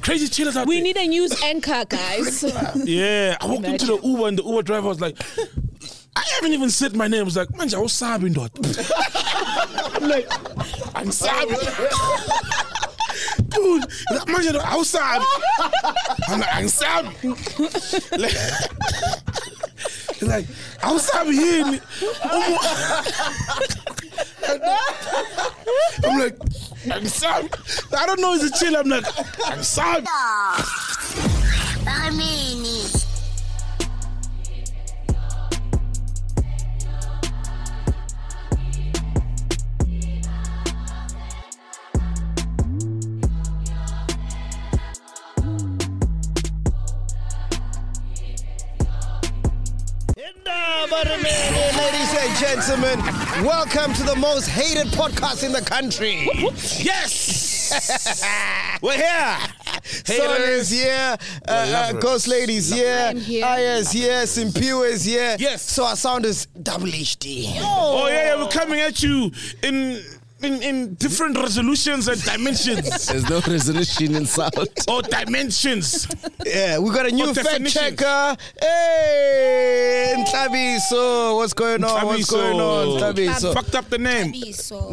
crazy chillers out We there. need a news anchor, guys. Yeah, I walked into the Uber and the Uber driver was like, I haven't even said my name. I was like, Manja, I was sobbing, dot. I'm like, I'm sobbing. Dude, he's like, Manja, I was sobbing. I'm like, I'm sobbing. Like, he's like, I was sobbing here. in- I'm like, I'm sobbing. I don't know, is it chill? I'm like, I'm sobbing. Barmeni. Ladies and gentlemen, welcome to the most hated podcast in the country. Yes! We're here! Son is here, uh, uh, Ghost Lady's here, I'm here. I is here, Simpiu is here. Yes. So our sound is double HD. Oh yeah, yeah, we're coming at you in in, in different resolutions and dimensions. There's no resolution in sound. or dimensions. Yeah, we got a new What fact definition? checker. Hey, Ntlabiso, what's going on? What's going on, Ntlabiso? Fucked up the name. Xabiso.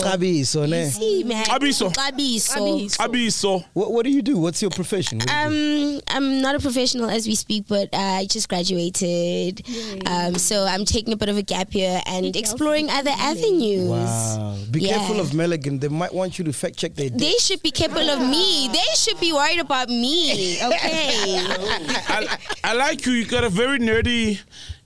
Xabiso. Ntlabiso, ne? See, man. Xabiso. Xabiso. Abiso. What, what do you do? What's your profession? What do you Um, do? I'm not a professional as we speak, but I just graduated. Um, so I'm taking a bit of a gap year and exploring other avenues. Wow. Be Yeah. careful of Milligan. They might want you to fact check their dick. They should be careful of me. They should be worried about me. Okay. I, I like you. You got a very nerdy,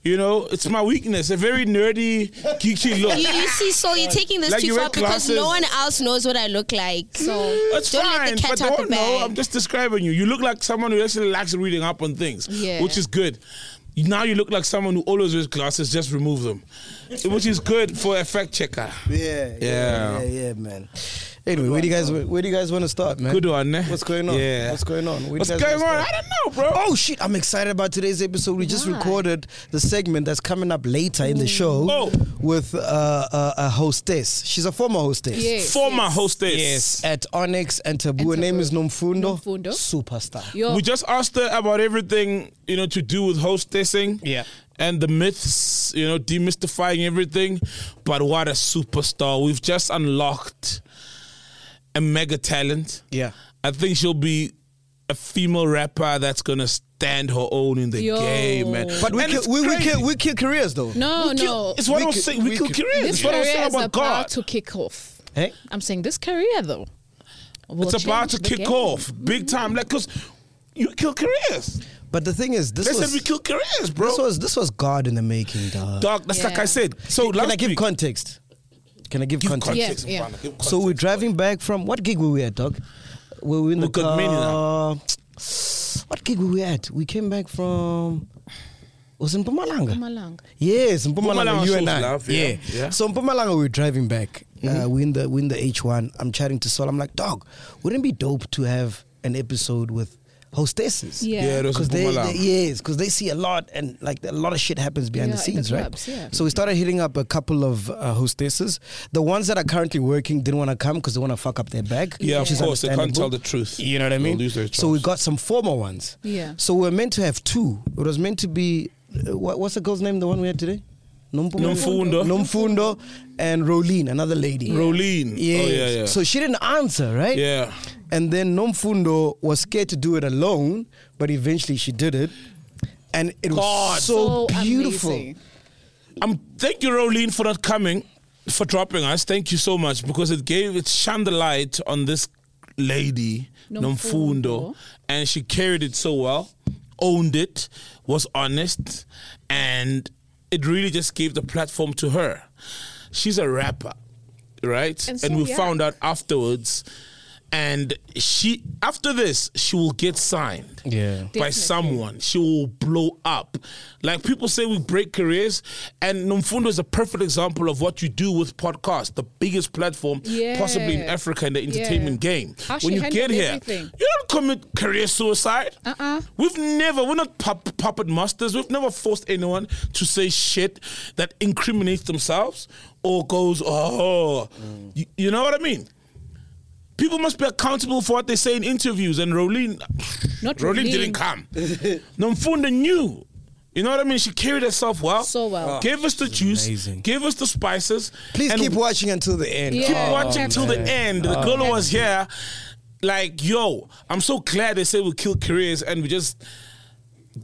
you know, it's my weakness, a very nerdy, geeky look. you, you see, so you're taking this Like too you far wear because glasses. no one else knows what I look like. So That's Don't let the cat fine, but out they the don't know. bag. I'm just describing you. You look like someone who actually likes reading up on things, Yeah. which is good. Now you look like someone who always wears glasses, just remove them, which is good for a fact checker. Yeah, Yeah. yeah, yeah, man. Anyway, where do you guys where do you guys want to start, man? Good one, eh? What's going on? Yeah. What's going on? Where do you What's guys going wanna on? start? I don't know, bro. Oh shit! I'm excited about today's episode. We just Why? recorded the segment that's coming up later in the show Oh. with uh, uh, a hostess. She's a former hostess. Yes, former yes. hostess. At Onyx and Taboo. Her And name Taboo. is Nomfundo. Nomfundo. Superstar. Yo, We just asked her about everything, you know, to do with hostessing. Yeah. And the myths, you know, demystifying everything. But what a superstar. We've just unlocked a mega talent. Yeah. I think she'll be a female rapper that's going to stand her own in the Yo. game, man. But we And kill, it's we, we, crazy. kill, we kill careers though. no, no. It's what I We was saying. We could- kill we could- careers. this It's what I career was saying is about about God. to kick off. Hey? I'm saying this career though. will It's about change to the kick game. off big time. Like, because you kill careers. But the thing is, this They said was we kill careers, bro. this was this was God in the making, dog. Uh, Dog, that's like I Yeah. said. So Can I last give week- context? Can I give, give context? context, Yeah, yeah. Mfana, give So we're context. driving back from what gig were we at, dog? Were we in the We got many car? What gig were we at? We came back from was in Pumalanga. Mpumalanga. Yes, in Pumalanga, Mpumalanga you shows and I. love, yeah, yeah. Mm-hmm. So in Pumalanga, we're driving back. Uh, we in the we in the H1. I'm chatting to Sol. I'm like, dog, wouldn't it be dope to have an episode with hostesses? Yeah. Yeah, it was because they, Mpumalanga. they yes, because they see a lot and like a lot of shit happens behind Yeah, the in the scenes, right? clubs, yeah. So we started hitting up a couple of uh, hostesses. The ones that are currently working didn't want to come because they want to fuck up their bag. Yeah, which of is course. They can't tell understandable. the truth. You know what I They'll mean? lose their so we jobs. got some former ones. Yeah. So we are meant to have two. It was meant to be uh, what, what's the girl's name? The one we had today. Nompumalanga? Nomfundo. Nomfundo and Rolene, another lady. Rolene. Yes. Oh, yeah, yeah. So she didn't answer, right? Yeah. And then Nomfundo was scared to do it alone, but eventually she did it. And it was God. so, beautiful. amazing. Um, thank you, Rolene, for not coming, for dropping us. Thank you so much because it gave it shined the light on this lady, Nomfundo. Nomfundo, and she carried it so well, owned it, was honest, and it really just gave the platform to her. She's a rapper, right? And so we young. found out afterwards. And she, after this, she will get signed. by Yeah. Definitely. someone. She will blow up. Like people say, we break careers, and Nomfundo is a perfect example of what you do with podcast, the biggest platform Yeah. possibly in Africa in the entertainment Yeah. game. How she when you handled get here, everything. you don't commit career suicide. Uh-uh. We've never, we're not pup- puppet masters. We've never forced anyone to say shit that incriminates themselves or goes, oh, you, you know what I mean? People must be accountable for what they say in interviews. And Rolene, Not Rolene Rolene. didn't come. Nomfunda knew. You know what I mean? She carried herself well. So well. Gave us the juice. Oh. amazing. Gave us the spices. Please and keep watching until the end. Yeah. keep Oh, watching till the man. end. Oh. The girl who was here, like, yo, I'm so glad they said we kill careers and we just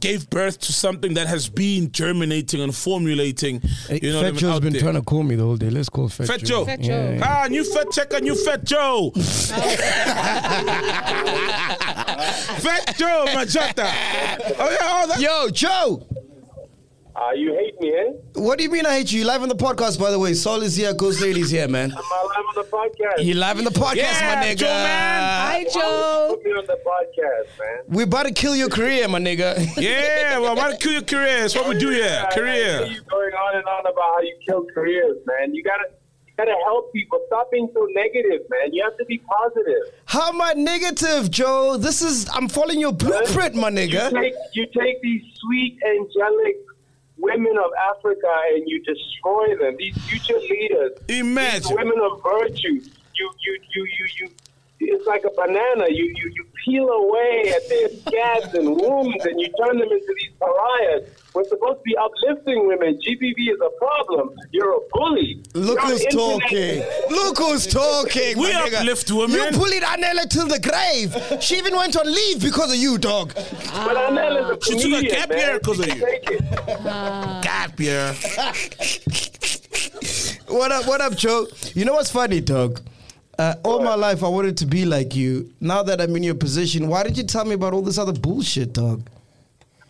gave birth to something that has been germinating and formulating. You know, Fat what I mean, Joe's out been there. trying to call me the whole day. Let's call Fat, Fat Joe. Fat Joe. Yeah. Ah, new Fat Checker, new Fat Joe. fat Joe Majata. Oh, yeah, oh, that. Yo, Joe, Ah, you hate me, eh? what do you mean I hate you? You live on the podcast, by the way. Sol is here, Ghost Lady's here, man. Am I live on the podcast? You live on the podcast, Yeah, my nigga. Joe, man. Hi, Why would Joe. you Put me on the podcast, man. We're about to kill your career, my nigga. Yeah, well, I'm about to kill your career. That's what we do here. I- I see Career. you going on and on about how you kill careers, man. You gotta, you gotta help people. Stop being so negative, man. You have to be positive. How am I negative, Joe? This is I'm following your blueprint, my You nigga. take, you take these sweet, angelic women of Africa and you destroy them. These future leaders, these Imagine. women of virtue. You, you, you, you, you. It's like a banana. You, you, you peel away at their scabs and wounds, and you turn them into these pariahs. We're supposed to be uplifting women. GBV is a problem. You're a bully. Look You're who's an internet- talking. Look who's talking. We my nigga. uplift women. You bullied Anela till the grave. She even went on leave because of you, dog. But Anel is a She took a comedian, gap man. year 'cause of She you. can take it. Gap year. What up? What up, Joe? You know what's funny, dog? Uh, all my life I wanted to be like you. Now that I'm in your position, why did you tell me about all this other bullshit, dog?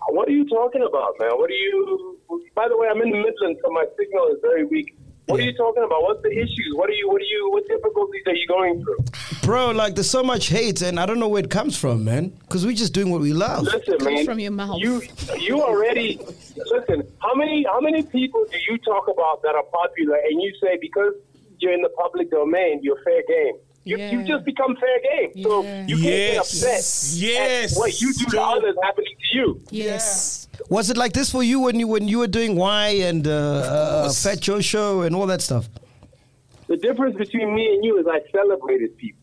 What are you talking about, man? What are you? By the way, I'm in the Midlands, so my signal is very weak. What are you talking about? What's the issues? What are you? What are you? What difficulties are you going through? Bro, like there's so much hate, and I don't know where it comes from, man. Because we're just doing what we love. Listen, Comes man. from your mouth. You you already listen. How many how many people do you talk about that are popular, and you say because you're in the public domain, you're fair game. You, Yeah. you just become fair game, so Yeah. you can't get Yes. upset. Yes. at what you do to Joe. others happening to you. Yes. Was it like this for you when you when you were doing Y and uh, uh, Fat Joe Show and all that stuff? The difference between me and you is I celebrated people.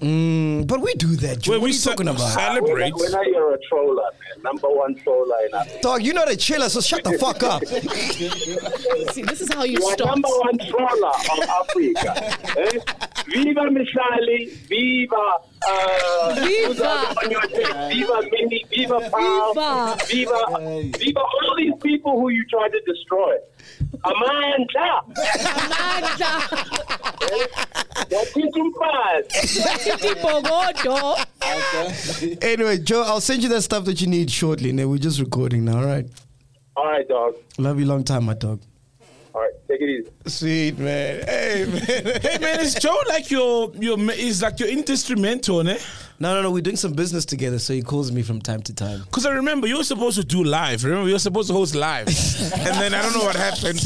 Mm, but we do that, Joe. Well, what are we you ce- talking about? ce- Celebrate. When, when you're a troller, man, number one troller in Africa. Dog, you're not a chiller, so shut the fuck up. See, this is how you You are start. number one troller of Africa. eh? Viva Misali, viva. Uh, Viva. who's the Oh other one you are saying? Viva Mini, Viva Pal, Viva. Viva, Viva all these people who you tried to destroy. Amanda, Amanda. Watitumpas. Titi Bogodo. anyway, Joe, I'll send you that stuff that you need shortly. And we're just recording now, all right? All right, dog. Love you long time, my dog. All right, take it easy. Sweet man. Hey man. Hey man, is Joe like your your ma- is like your industry mentor, ne? no, no, no. We're doing some business together, so he calls me from time to time. Because I remember you were supposed to do live. Remember you were supposed to host live, and then I don't know what happened,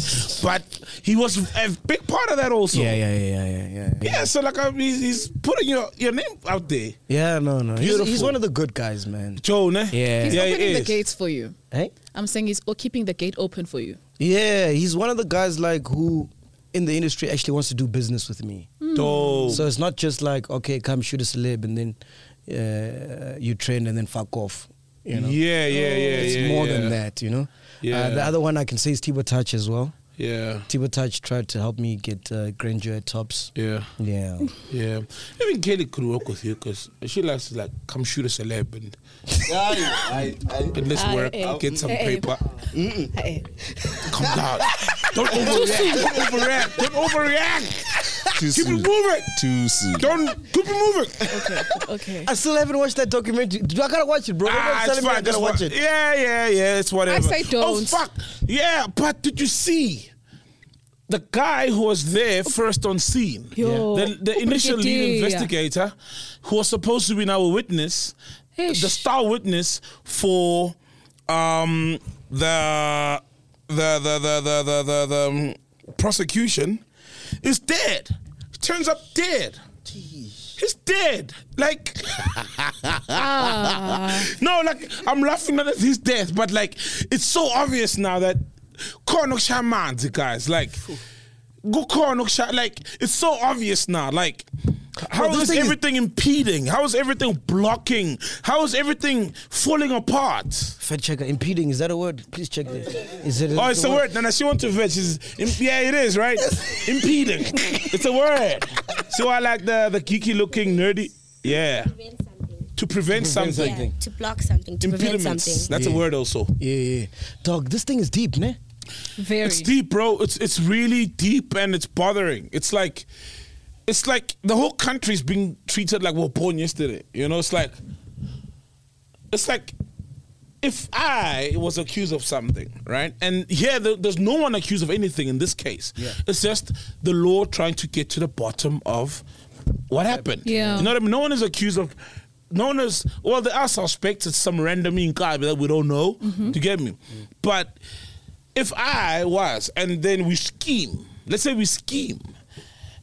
but he was a big part of that also. Yeah, yeah, yeah, yeah, yeah, yeah. Yeah, so like I, he's, he's putting your your name out there, Yeah, no, no. He's, he's Beautiful. one of the good guys, man. Joe, ne? Yeah. He's yeah, he opening the is. gates for you. Hey? I'm saying he's o- keeping the gate open for you. Yeah, he's one of the guys like who in the industry actually wants to do business with me. Dope. So it's not just like okay, come shoot a celeb and then uh, you trend and then fuck off. You know, Oh, Yeah, yeah, yeah. it's yeah, more yeah. than that. You know. Yeah. Uh, the other one I can say is Tibo Touch as well. Yeah, Tibo Touch tried to help me get uh, Granger at Tops. yeah, Yeah. yeah. Even Kelly could work with you because she likes to like come shoot a celeb and, and let's Ah, work, eh, get some eh, eh. paper. Hey. Come down. Don't overreact. Don't overreact. Don't overreact. Keep Too it soon. moving. Too soon. Don't keep it moving. Okay. Okay. I still haven't watched that documentary. Dude, I gotta watch it, bro. Ah, Everyone's it's telling me I fine. gotta Just watch it. Yeah, yeah, yeah. It's whatever. say Oh don't. fuck. Yeah, but did you see? The guy who was there first on scene, Yo. Oh, the, the initial lead Brigadier. investigator, who was supposed to be now a witness, Ish. the star witness for um, the, the, the, the, the, the, the, the um, prosecution, is dead. Turns up dead. He's dead. Like, no, like I'm laughing not at his death, but like it's so obvious now that Konok Shamanzi guys, like go Konok Sha- like it's so obvious now. Like How No, this is thing is- everything impeding? How is everything blocking? How is everything falling apart? Fact checker, impeding, is that a word? Please check this. Is it Oh, it's a word. Then she want to veg. She's, im- yeah, it is right. Impeding. It's a word. So I like the the geeky looking nerdy. Yeah, to prevent something. Yeah, to block something, to prevent Impediments. something. That's a Yeah. word also. Yeah, yeah. Dog, this thing is deep, ne? Very. It's deep, bro. It's it's really deep and it's bothering. It's like it's like the whole country's being treated like we were born yesterday. You know, it's like it's like if I was accused of something, right? And here there, there's no one accused of anything in this case. Yeah. It's just the law trying to get to the bottom of what happened. Yeah. You know what I mean? No one is accused of no one is well, there are suspects it's some random in guy that we don't know. Do you get me? But if I was and then we scheme, let's say we scheme,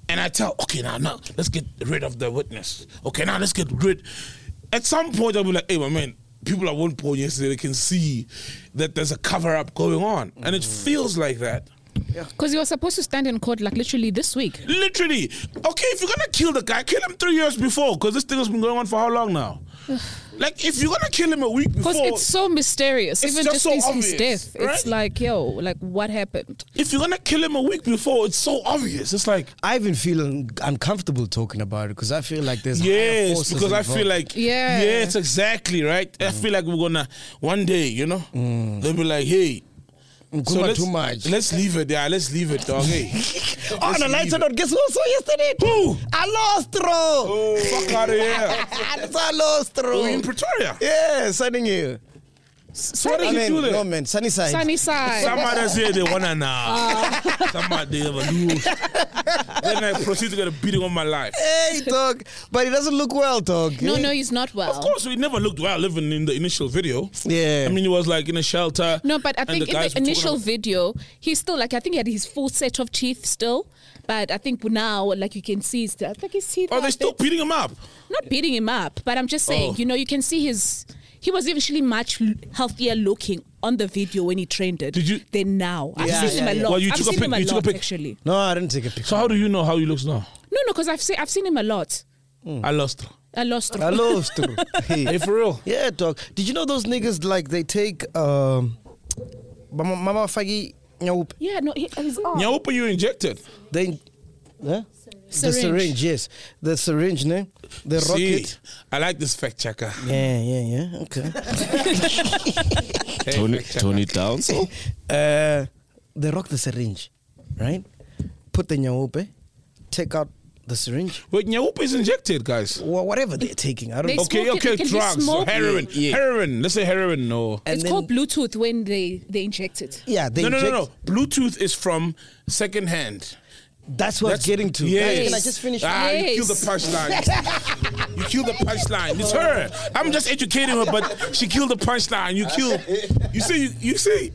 and I tell, okay, now, now, let's get rid of the witness. Okay, now let's get rid. At some point, I'll be like, hey, my man, people at one point yesterday they can see that there's a cover up going on, and it feels like that. Because you were supposed to stand in court like literally this week. Literally, okay, if you're gonna kill the guy, kill him three years before, because this thing has been going on for how long now? like, if you're gonna kill him a week Because before, it's so mysterious. It's Even just just, so his, his obvious, death. right? It's like, yo, like what happened? if you're gonna kill him a week before, it's so obvious. It's like, I even feel un- uncomfortable talking about it because I feel like there's higher Yes, forces because I feel involved. like Yeah. yes, exactly right. I feel like we're gonna one day, you know, they'll be like, hey, Nkumba let's, Mm. too much. let's leave it. Yeah, let's leave it, dog. Hey, On a Let's lighter leave note, guess who I saw yesterday? Who? I lost throw. it. fuck out of here. I lost We're in throw. Pretoria. Yeah, signing you. So what what did I you mean, do no that? man, sunny side. Sunny side. Some others here they wanna now. Uh. Some others they ever lose. then I proceed to get a beating on my life. Hey, dog. But it doesn't look well, dog. no, Eh? no, he's not well. Of course, we never looked well living in the initial video. Yeah. I mean, it was like in a shelter. No, but I and think in guys the were talking initial about- video, he's still like I think he had his full set of teeth still. But I think now, like you can see, his, I think his teeth. Oh, are they're a still bit- beating him up. not beating him up, but I'm just saying, Oh. you know, you can see his. He was actually much l- healthier looking on the video when he trained it Did you- than now. I've Yeah, seen yeah, him a yeah. lot. Well, you I've took a seen pic- him a you took a lot pic. actually. No, I didn't take a picture. So how do you know how he looks now? No, no, because I've seen I've seen him a lot. I lost. A lost. I lost throw. Hey, Hey. for real. Yeah, dog. Did you know those niggas like they take um Mama Mama Fagi Nyaup. Yeah, no, he, he's off. Nyaupa, you injected. They huh? The Syringe. syringe, yes. The syringe, ne? The See, rocket. I like this fact checker. Yeah, yeah, yeah. Okay. Hey, Tony, fact checker. Tony Downs. Uh, they rock the syringe, right? Put the nyaope, take out the syringe, Wait, Nyaupa is injected, guys. or whatever they're taking. I don't They know. smoke Okay, it, okay, it can be drugs, smoke. heroin, Yeah. heroin. Let's say heroin. No, And it's then- called Bluetooth when they they inject it. Yeah, they no, no, no, inject- no. Bluetooth is from second hand. That's what I'm getting to. Yes. Can I just finish? Ah, you killed the Yes. punchline. you killed the punchline. It's her. I'm just educating her, but she killed the punchline. You killed. You see. You, you see.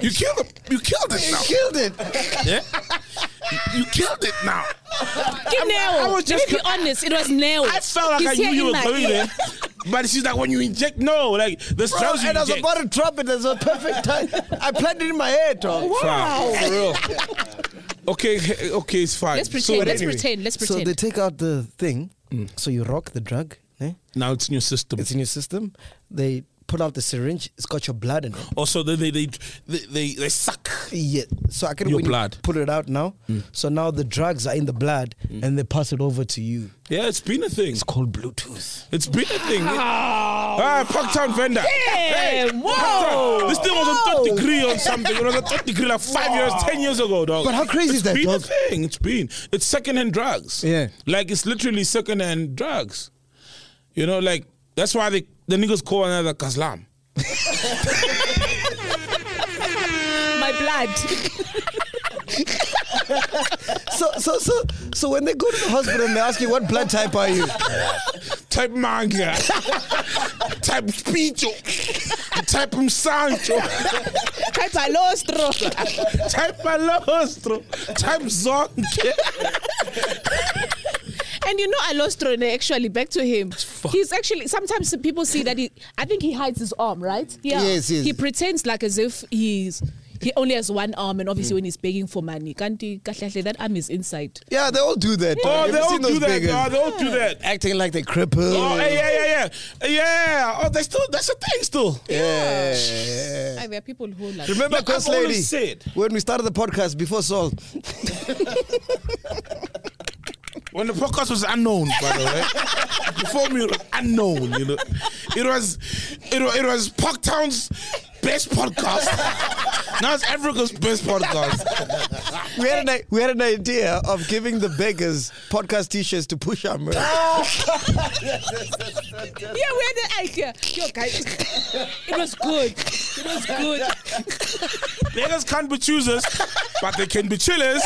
You killed. The, you killed it now. Killed it. Yeah. You- You killed it now. Get nail. was just Let me be honest, it was nail. I felt like It's I here knew you in were my going ear. there. But she's like, when you inject, no, like the drugs you and I was inject. about to drop it. That's a perfect time. I planned it in my head, dog. Wow, for real. Okay, he- okay, it's fine. Let's So pretend. let's anyway, pretend. Let's So pretend. they take out the thing. Mm. So you rock the drug. Eh? Now it's in your system. It's in your system. They put out the syringe. It's got your blood in it. also, they they, they they they they suck. Yeah. So I can Your when you blood. Mm. put it out now. So now the drugs are in the blood and they pass it over to you. Yeah, Mm. it's been a thing. It's called Bluetooth. It's been a thing. Ah, Parktown vendor. Yeah, whoa. Parktown. This thing was on third degree on something. It was on third degree like five years, ten years ago, dog. But how crazy It's is that, been dog? a thing. It's been. It's secondhand drugs. Yeah. Like it's literally secondhand drugs. You know, like that's why they, the niggas call another Kaslam. my blood. So so so so when they go to the hospital and they ask you what blood type are you? Type manga. type speecho. type msancho. Type alostro. type malostro. Type zonke. And you know alostro, ne, actually, back to him. He's actually, sometimes people see that he, I think he hides his arm, right? Yeah. Yes, yes. He pretends like as if he's. he only has one arm, and Mm. obviously when he's begging for money, can't he? kahle kahle, That arm is inside. Yeah, they all do that. Oh, dog. they Have all you seen do those that. beggars? dog. They all do that. Acting like they're crippled. Oh, hey, yeah, yeah, yeah, yeah. Oh, that's still that's a thing still. Yeah. Eh. Ah, there are people who like. Remember, Look, Cross I've always Lady, said- when we started the podcast before Saul, When the podcast was unknown, by the way, before me it was unknown. You know, it was it was, it was Parktown's best podcast. now it's Africa's best podcast. we had, an, i- we had an idea of giving the beggars podcast t shirts to push our merch. Yeah, we had the idea. Yo, guys, it was good. It was good. Beggars can't be choosers, but they can be chillers.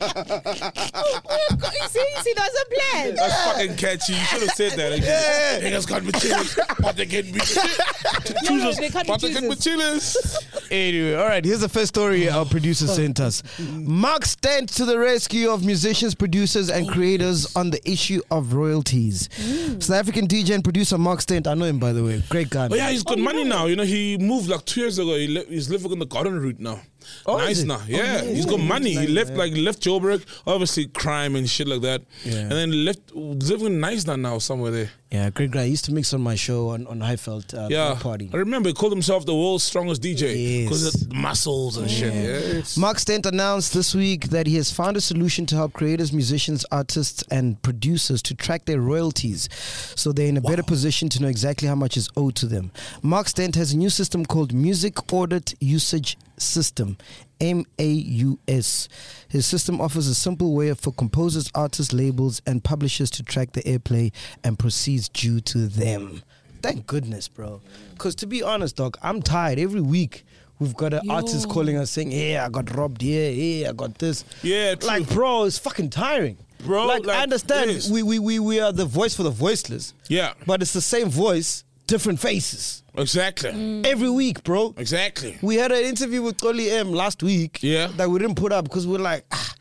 Oh, God, you see, you see, there was a plan. That's fucking catchy. You should have said that. Again. Yeah. Beggars can't be chillers, but they can be choosers. they can't be but they can be chillers. Anyway, all right, here's the first story our producer sent us. Mark Stent to the rescue of musicians, producers, and creators on the issue of royalties. Mm. South African DJ and producer Mark Stent, I know him by the way, great guy. But Oh, yeah, he's got money now. You know, he moved like two years ago. He le- he's living on the garden route now. Oh, nice is it? now. Oh, Yeah, nice. he's got money. He Nice, left yeah. like left Joburg, obviously crime and shit like that. Yeah. And then left living nice now now somewhere there. Yeah, great guy. He used to mix on my show on, on Highfeld uh, Yeah. party. I remember he called himself the world's strongest DJ Yes. because of muscles and shit. Yeah. It's- Mark Stent announced this week that he has found a solution to help creators, musicians, artists, and producers to track their royalties so they're in a better position to know exactly how much is owed to them. Mark Stent has a new system called Music Audit Usage System. MAUS. His system offers a simple way for composers, artists, labels, and publishers to track the airplay and proceeds due to them. Thank goodness, bro. Because to be honest, dog, I'm tired every week. We've got an artist Yo. calling us saying, "Hey, I got robbed here. Hey, I got this." Yeah, true. like, bro, it's fucking tiring, Bro, Like, like, I it is. understand we, we we we are the voice for the voiceless. Yeah. but it's the same voice, different faces Exactly. Mm. every week, bro. Exactly. We had an interview with Tolly M last week. Yeah. that we didn't put up because we're like, ah,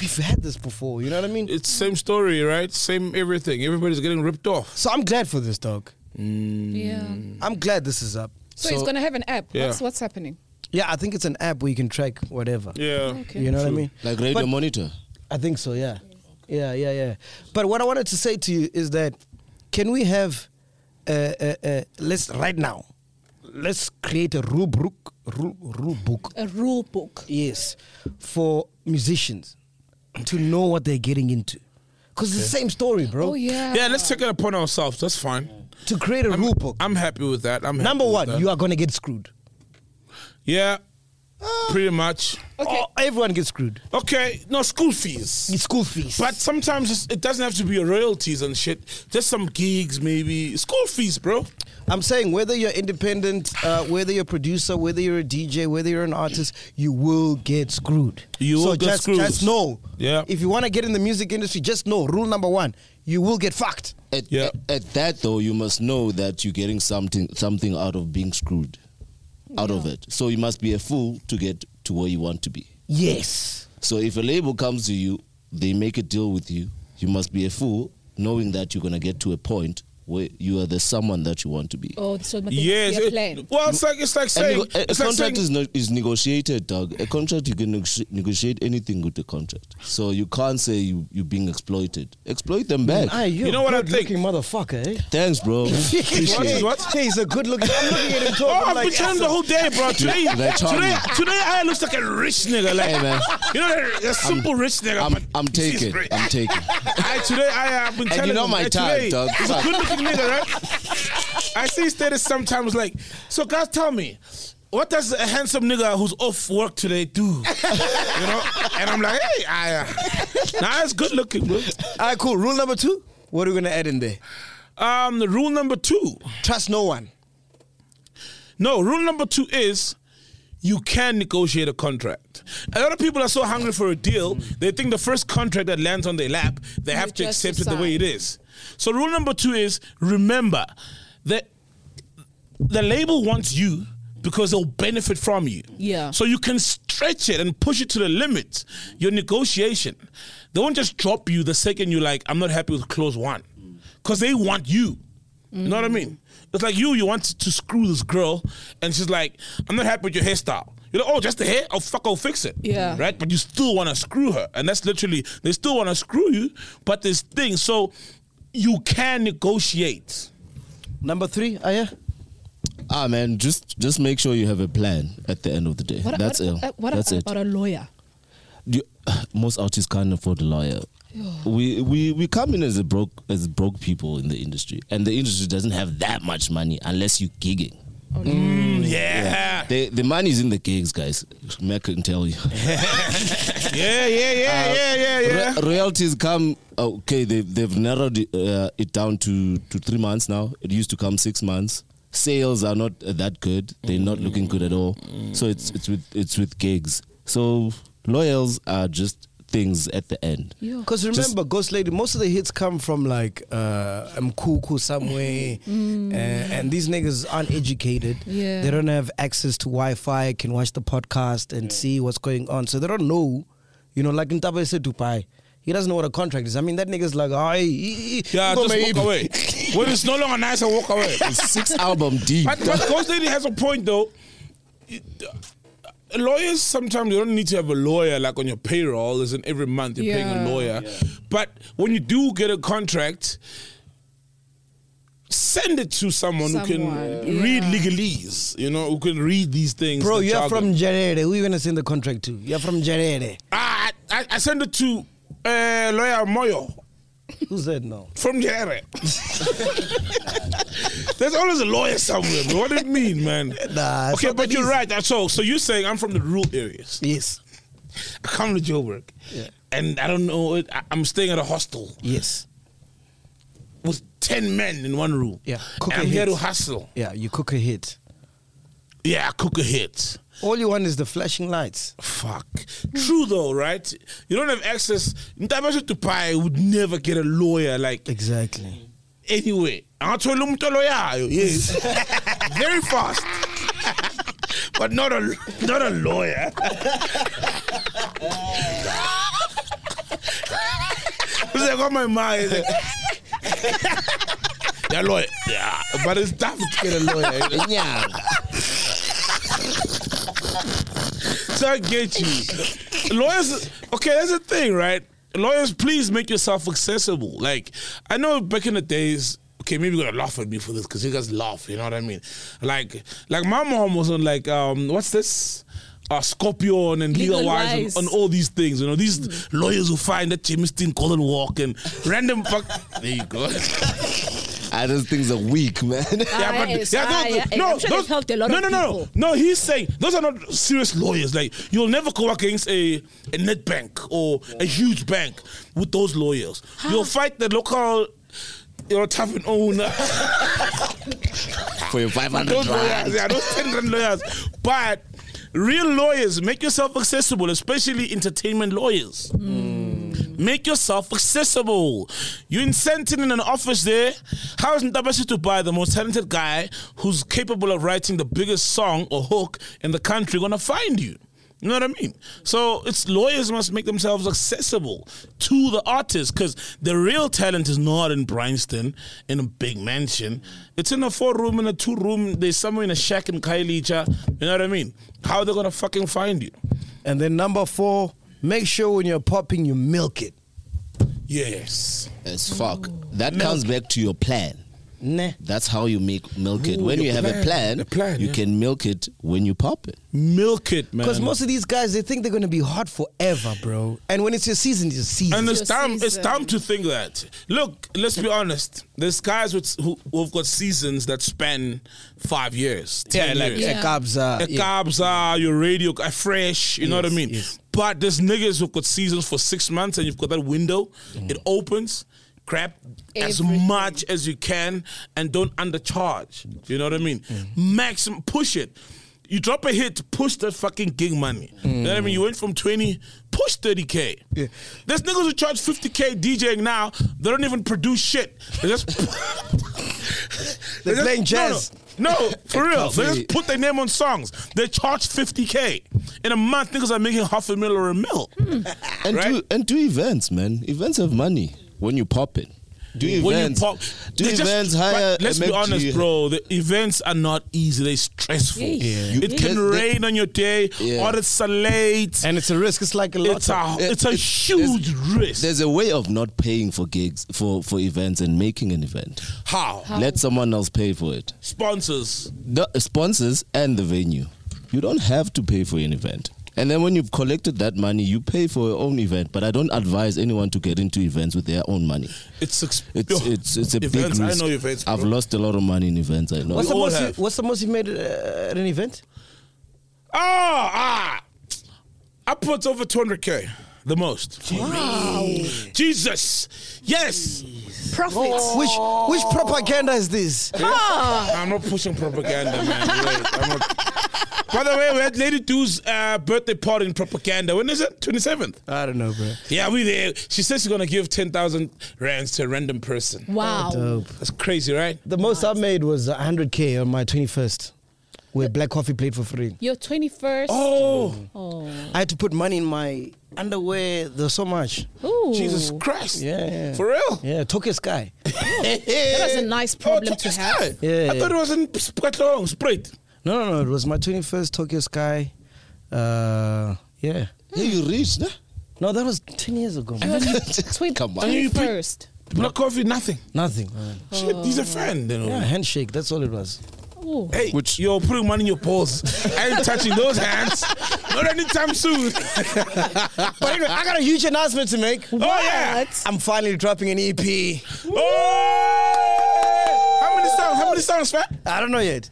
we've had this before. You know what I mean? It's same story, right? Same everything. Everybody's getting ripped off. so I'm glad for this, dog. Yeah. I'm glad this is up. So, he's gonna have an app. Mm, Yeah. What's what's happening? Yeah, I think it's an app where you can track whatever. Yeah. Okay. You know what I mean? Like radio But- monitor. I think so, yeah. Yeah, yeah, yeah. But what I wanted to say to you is that can we have, uh, uh, uh, let's, right now, let's create a rule book, rule, rule book, A rule book. yes, for musicians to know what they're getting into. Because it's the same story, bro. Oh yeah. Yeah, let's take it upon ourselves. That's fine. To create a rule book. I'm happy with that. I'm happy Number with one, that. you are going to get screwed. Yeah. Ah. Pretty much. Okay. Oh, everyone gets screwed. Okay, no school fees. It's school fees. But sometimes it's, it doesn't have to be royalties and shit. Just some gigs, maybe school fees, bro. I'm saying whether you're independent, uh, whether you're a producer, whether you're a DJ, whether you're an artist, you will get screwed. You so will get just, screwed. Just know. Yeah. If you want to get in the music industry, just know. Rule number one: you will get fucked. At, Yeah. at, at that though, you must know that you're getting something something out of being screwed, out of it. So you must be a fool to get to where you want to be. Yes. So if a label comes to you, they make a deal with you. You must be a fool, knowing that you're gonna get to a point where you are the someone that you want to be. Oh, so it must Yes. be a it- plan. well, it's like it's like And saying nego- a, a it's like contract saying is, no, is negotiated, Doug. A contract you can neg- negotiate anything with the contract. So you can't say you you're being exploited. Exploit them back. Ah, you're You know what I good think? Looking motherfucker. Eh? Thanks, bro. Appreciate it. What? Yeah, he's a good looking. I'm looking at him talking. Oh, I've like, been trying the "Ass- whole day, bro. Today, they're charming. today, today, I look like a rich nigga. Like, Hey, man. you know, that- that simple rich nigga. I'm but I'm he's taking. rich. I'm taking. I today I have been And telling you know him, my hey, type, today, dog. He's a good looking nigga, right? I see status sometimes like, so guys tell me, what does a handsome nigga who's off work today do? You know? And I'm like, hey, I uh, nah, it's good looking, bro. All right, cool. Rule number two: what are we gonna add in there? Um rule number two. Trust no one. No, rule number two is you can negotiate a contract. A lot of people are so hungry for a deal, they think the first contract that lands on their lap, they have to just accept it the decide. way it is. So rule number two is remember that the label wants you because they'll benefit from you. Yeah. So you can stretch it and push it to the limit. Your negotiation. They won't just drop you the second you're like, I'm not happy with clause one. Because they want you. You know what I mean? It's like you, you want to screw this girl, and she's like, I'm not happy with your hairstyle. You're like, oh, just the hair? Oh, fuck, I'll fix it. Yeah. Right? But you still want to screw her. And that's literally, they still want to screw you, but this thing. So you can negotiate. Number three, Aya. Ah man, just just make sure you have a plan at the end of the day. What, That's what, it. uh, What That's it. about a lawyer? Do you- most artists can't afford a lawyer. We, we we come in as a broke as broke people in the industry, and the industry doesn't have that much money unless you're gigging. Mm, yeah. The the money's in the gigs, guys. Mac can tell you. Yeah, yeah, yeah, yeah, yeah, yeah. Re- royalties come oh, okay. They they've narrowed uh, it down to to three months now. It used to come six months. Sales are not uh, that good. They're not looking good at all. So it's it's with it's with gigs. So loyals are just things at the end. Because remember, Ghost Lady, most of the hits come from like uh, Mkuku somewhere, uh, and these niggas aren't educated. Yeah. They don't have access to Wi Fi, can watch the podcast and see what's going on. So they don't know, you know, like Ntaba said, Dubai. He doesn't know what a contract is. I mean, that nigga's like, oh, Yeah, just walk away. when it's no longer nice, I walk away. Six album deep. But, but Ghost Lady has a point though. uh, Lawyers sometimes you don't need to have a lawyer like on your payroll, as in every month you're paying Yeah. a lawyer. But when you do get a contract, send it to someone, who Someone, can read yeah. legalese, you know, who can read these things. Bro, the you're jargon. from Jarere. Who you going to send the contract to? You're from Jarere. I, I, I send it to uh, lawyer Moyo Who said no? from Jere. There's always a lawyer somewhere. Bro. What do you mean, man? Nah, it's okay, but not that you're easy. right. So, so you're saying I'm from the rural areas. Yes. I come to Joburg, Yeah. and I don't know. I- I'm staying at a hostel Yes. with ten men in one room. Yeah, cook and a I'm here hit. to hustle. Yeah, you cook a hit. Yeah, I cook a hit. All you want is the flashing lights. Fuck. True though, right? You don't have access. Ntabasho Tupai would never get a lawyer like Exactly. anyway. Angathola umuntu oloyayo, Yes. Very fast. but not a not a lawyer. It's like on my mind. it's like- Yeah, lawyer. Yeah. But it's tough to get a lawyer. Yeah. So I get you. Lawyers, okay, that's the thing, right? Lawyers, please make yourself accessible. Like, I know back in the days, okay, maybe you're gonna laugh at me for this because you guys laugh, you know what I mean? Like, like my mom was on like, um, what's this? Uh, Scorpion and Legal, Legal Wise Wise. on, on all these things, you know. These lawyers who find that James Dean Golden Walk and random fuck. there you go. I just things are weak, man. Yeah, but Yes, yeah, I- I- no, no, I'm sure those- they've helped a lot no, of no, no, people. no. He's saying those are not serious lawyers. Like you'll never go against a a net bank or a huge bank with those lawyers. You'll fight the local, you know, tavern owner. For your 500 those rand. lawyers, yeah, those ten grand lawyers. But real lawyers, make yourself accessible, especially entertainment lawyers. Make yourself accessible. You're in Sentin in an office there. How is Ntabasi to buy the most talented guy who's capable of writing the biggest song or hook in the country gonna find you? You know what I mean? So it's lawyers must make themselves accessible to the artist because the real talent is not in Bryanston in a big mansion. It's in a four room, in a two room. There's somewhere in a shack in Kailicha. You know what I mean? How they gonna fucking find you? And then number four, make sure when you're popping, you milk it. Yes. As fuck. That comes back to your plan. Nah. That's how you make milk it. Ooh, when your you have plan, a plan, the plan, you yeah. can milk it when you pop it. Milk it, man. Because most of these guys, they think they're going to be hot forever, bro. And when it's your season, it's your season. And it's your time. It's season. time to think that. Look, let's be honest. There's guys with who, who've got seasons that span five years. yeah, 10 like years. Yeah. yeah. Ekabza. The cabs are your radio are fresh. You know what I Yes, mean. yes. But there's niggas who've got seasons for six months, and you've got that window. Mm. It opens. Grab as Everything. much as you can, and don't undercharge. You know what I mean. Mm. Maximum push it. You drop a hit, push that fucking gig money. You know what I mean? You went from 20, push 30K. Yeah. There's niggas who charge 50K DJing now, they don't even produce shit. They just. They're They just- no, no. playing jazz. No, for real. They just put their name on songs. They charge 50K. In a month, niggas are making half a mil or a mil. And Right? do and do events, man. Events have money when you pop it. Do When you events. pop, do they just- events but hire. Let's be MFG. honest, bro. The events are not easy. They're stressful. Yeah. You- It can Let's- rain on your day, Yeah. or it's a late. And it's a risk. It's like a lot. It's a it's a It- huge risk. There's a way of not paying for gigs for for events and making an event. How Let someone else pay for it. sponsors? The sponsors and the venue. You don't have to pay for an event. And then when you've collected that money, you pay for your own event. But I don't advise anyone to get into events with their own money. It's ex- It's yo, it's it's a events, big risk. I know events. Bro. I've lost a lot of money in events. I know. What's the, all most you, have. what's the most you made uh, at an event? Oh, ah, I put over two hundred k, the most. Jesus, yes. Profit. Which which propaganda is this? Ah. I'm not pushing propaganda, man. Wait, I'm not- By the way, we had Lady Do's uh, birthday party in propaganda. When is it? 27th. I don't know, bro. Yeah, we there. She says she's gonna give 10,000 rands to a random person. Oh, Wow. That's crazy, right? The most I made was 100k on my 21st, where Black Coffee played for free. Your 21st. Oh, Oh. I had to put money in my underwear. There was so much. Ooh. Jesus Christ! Yeah. for real. Yeah, Tokyo Sky. That was a nice problem to have. Yeah. Yeah. I thought it was in Spratong, Sprit. No, no, no. It was my 21st Tokyo Sky. Uh, yeah. Hey, you rich, nah? No, that was 10 years ago. man. Twen- Come on. And you pick- 21st. Black coffee, nothing. Nothing. man. Shit, he's a fan. You know. Yeah, handshake. That's all it was. Oh. Hey, Which you're putting money in your balls. I ain't touching those hands. Not anytime soon. But anyway, I got a huge announcement to make. Oh yeah. I'm finally dropping an E EP. Oh! How many songs? How many songs, man? I don't know yet.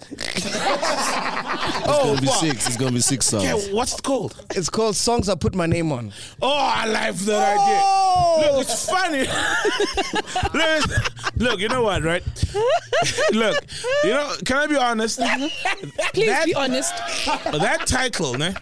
Oh, It's gonna be six. It's gonna be six songs. Yeah, what's it called? It's called Songs I Put My Name On. Oh, I like that idea. Look, it's funny. look, it's- look, you know what, right? look, you know, can I be honest? Please That- be honest. that title, ne?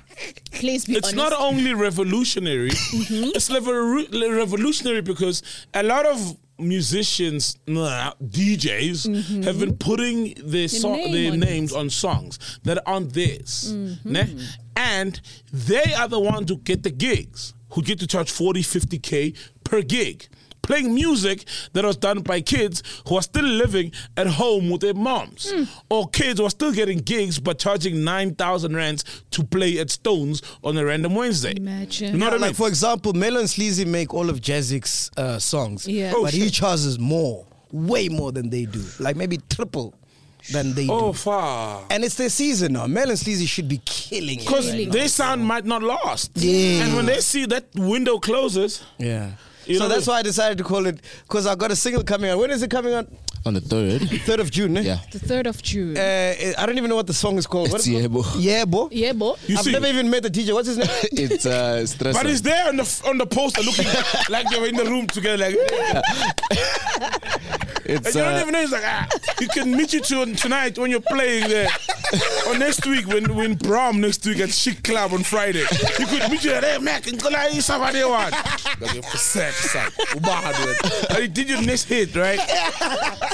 Please be It's honest. Mm-hmm. not only revolutionary. It's level- le- revolutionary because a lot of musicians, nah, DJs, have been putting their song, Mm-hmm. name their on names on songs that aren't theirs, Mm-hmm. ne? and they are the ones who get the gigs, who get to charge 40, 50 k per gig. Playing music that was done by kids who are still living at home with their moms, Mm. or kids who are still getting gigs but charging 9,000 rands to play at Stones on a random Wednesday. Imagine. You know what I mean? Like, for example, Melo and Sleazy make all of Jazzik's uh, songs. Yeah. Oh, but he charges more, way more than they do. Like maybe triple than they Oh, do. far. And it's their season now. Mel and Sleazy should be killing it. Because Really? their sound might not last. Yeah. And when they see that window closes, Yeah. You so know that's what? why I decided to call it because I got a single coming out. When is it coming out? On the third, 3rd of June, eh? yeah. The 3rd of June. Eh. Uh, I don't even know what the song is called. What It's is it Yebo. called? Yebo. yeah, but you I've see. never even met the DJ. What's his name? It's uh, stressful. but it's there on the on the poster looking like they were in the room together, like and It's, you don't uh, even know. It's like ah, you can meet you two tonight when you're playing there, or next week when when Brom next week at Chic Club on Friday. You could meet you there, hey, Mac and Gola is somebody one. Like you said, son, ubahad wena. And you did your next hit, right?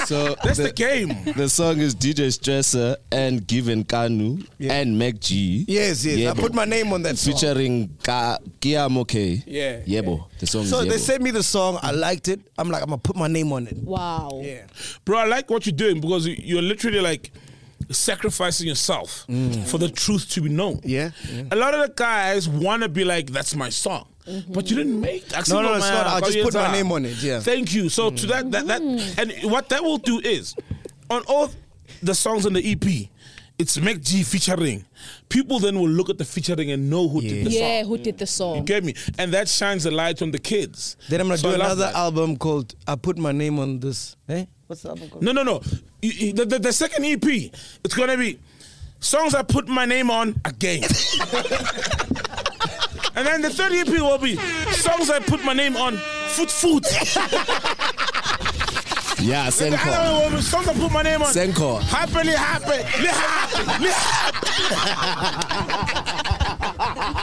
so That's the game. The song is DJ Stresser and Given Kanu and Mac G. yes, yes. I Yebo. put my name on that song. Featuring Ka- Kiamo K. Yeah, Yebo. The song So is Yebo. they sent me the song. I liked it. I'm like, I'm going to put my name on it. wow. Yeah. bro i like what you're doing because you- you're literally like sacrificing yourself for the truth to be known Mm. Yeah, yeah. a lot of the guys want to be like that's my song But you didn't make. Mm-hmm. No, no, it's not. I'll just put my name on it, yeah. Mm. Thank you. So to that, that, that, and what that will do is, on all the songs on the EP, it's Mac G featuring. People then will look at the featuring and know who did the Yeah, song. who did the song? You get me? And that shines a light on the kids. Then I'm going to So I do love another that. album called I Put My Name on This. Eh? What's the album called? No, no, no. You- you- The, the, the second EP, it's gonna be songs I put my name on again. and then the third EP will be songs I put my name on foot foot. yeah, The Senko. other one will be songs I put my name on. Senko. Happily happy, li happy, li happy.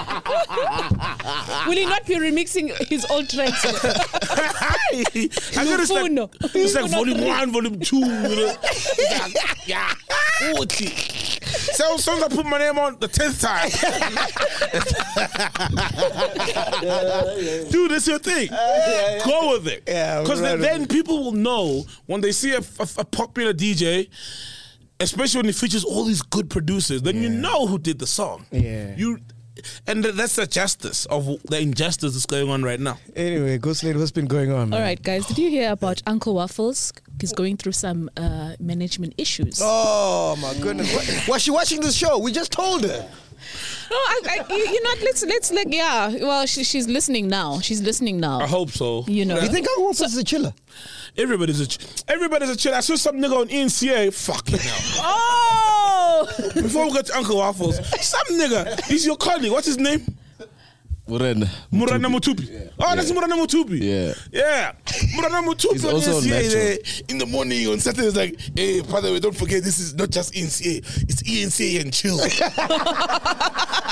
Will he not be remixing his old tracks? I got it's like, Lufuno. it's like Lufuno volume three. one, volume two. you know. It's like, yeah, 40. So soon as I put my name on the tenth time, dude, that's your thing. Go with it. Yeah, because right with then people will know when they see a, a- a popular DJ. Especially when it features all these good producers, then you know who did the song. Yeah. you, and th- that's the justice of the injustice that's going on right now. Anyway, Go Slade, what's been going on? man? All right, guys. Did you hear about Uncle Waffles? He's going through some uh, management issues. Oh my goodness! What, was she watching the show? We just told her. No, I, I, you- you know, what, let's let's like yeah. Well, she, she's listening now. She's listening now. I hope so. You know. You think Uncle Wolf is a chiller? Everybody's a ch- everybody's a chill. I saw some nigga on NCA. Fucking hell. Oh, Before we get to Uncle Waffles, some nigga. He's your colleague. What's his name? Murena. Murana Mutupi. Oh, that's Murana Mutupi. Yeah. Yeah. Murana Mutupi He's on also on NCA Metro. there eh, in the morning on Saturday. It's like, hey, by the way, don't forget this is not just NCA, it's E ENCA and chill.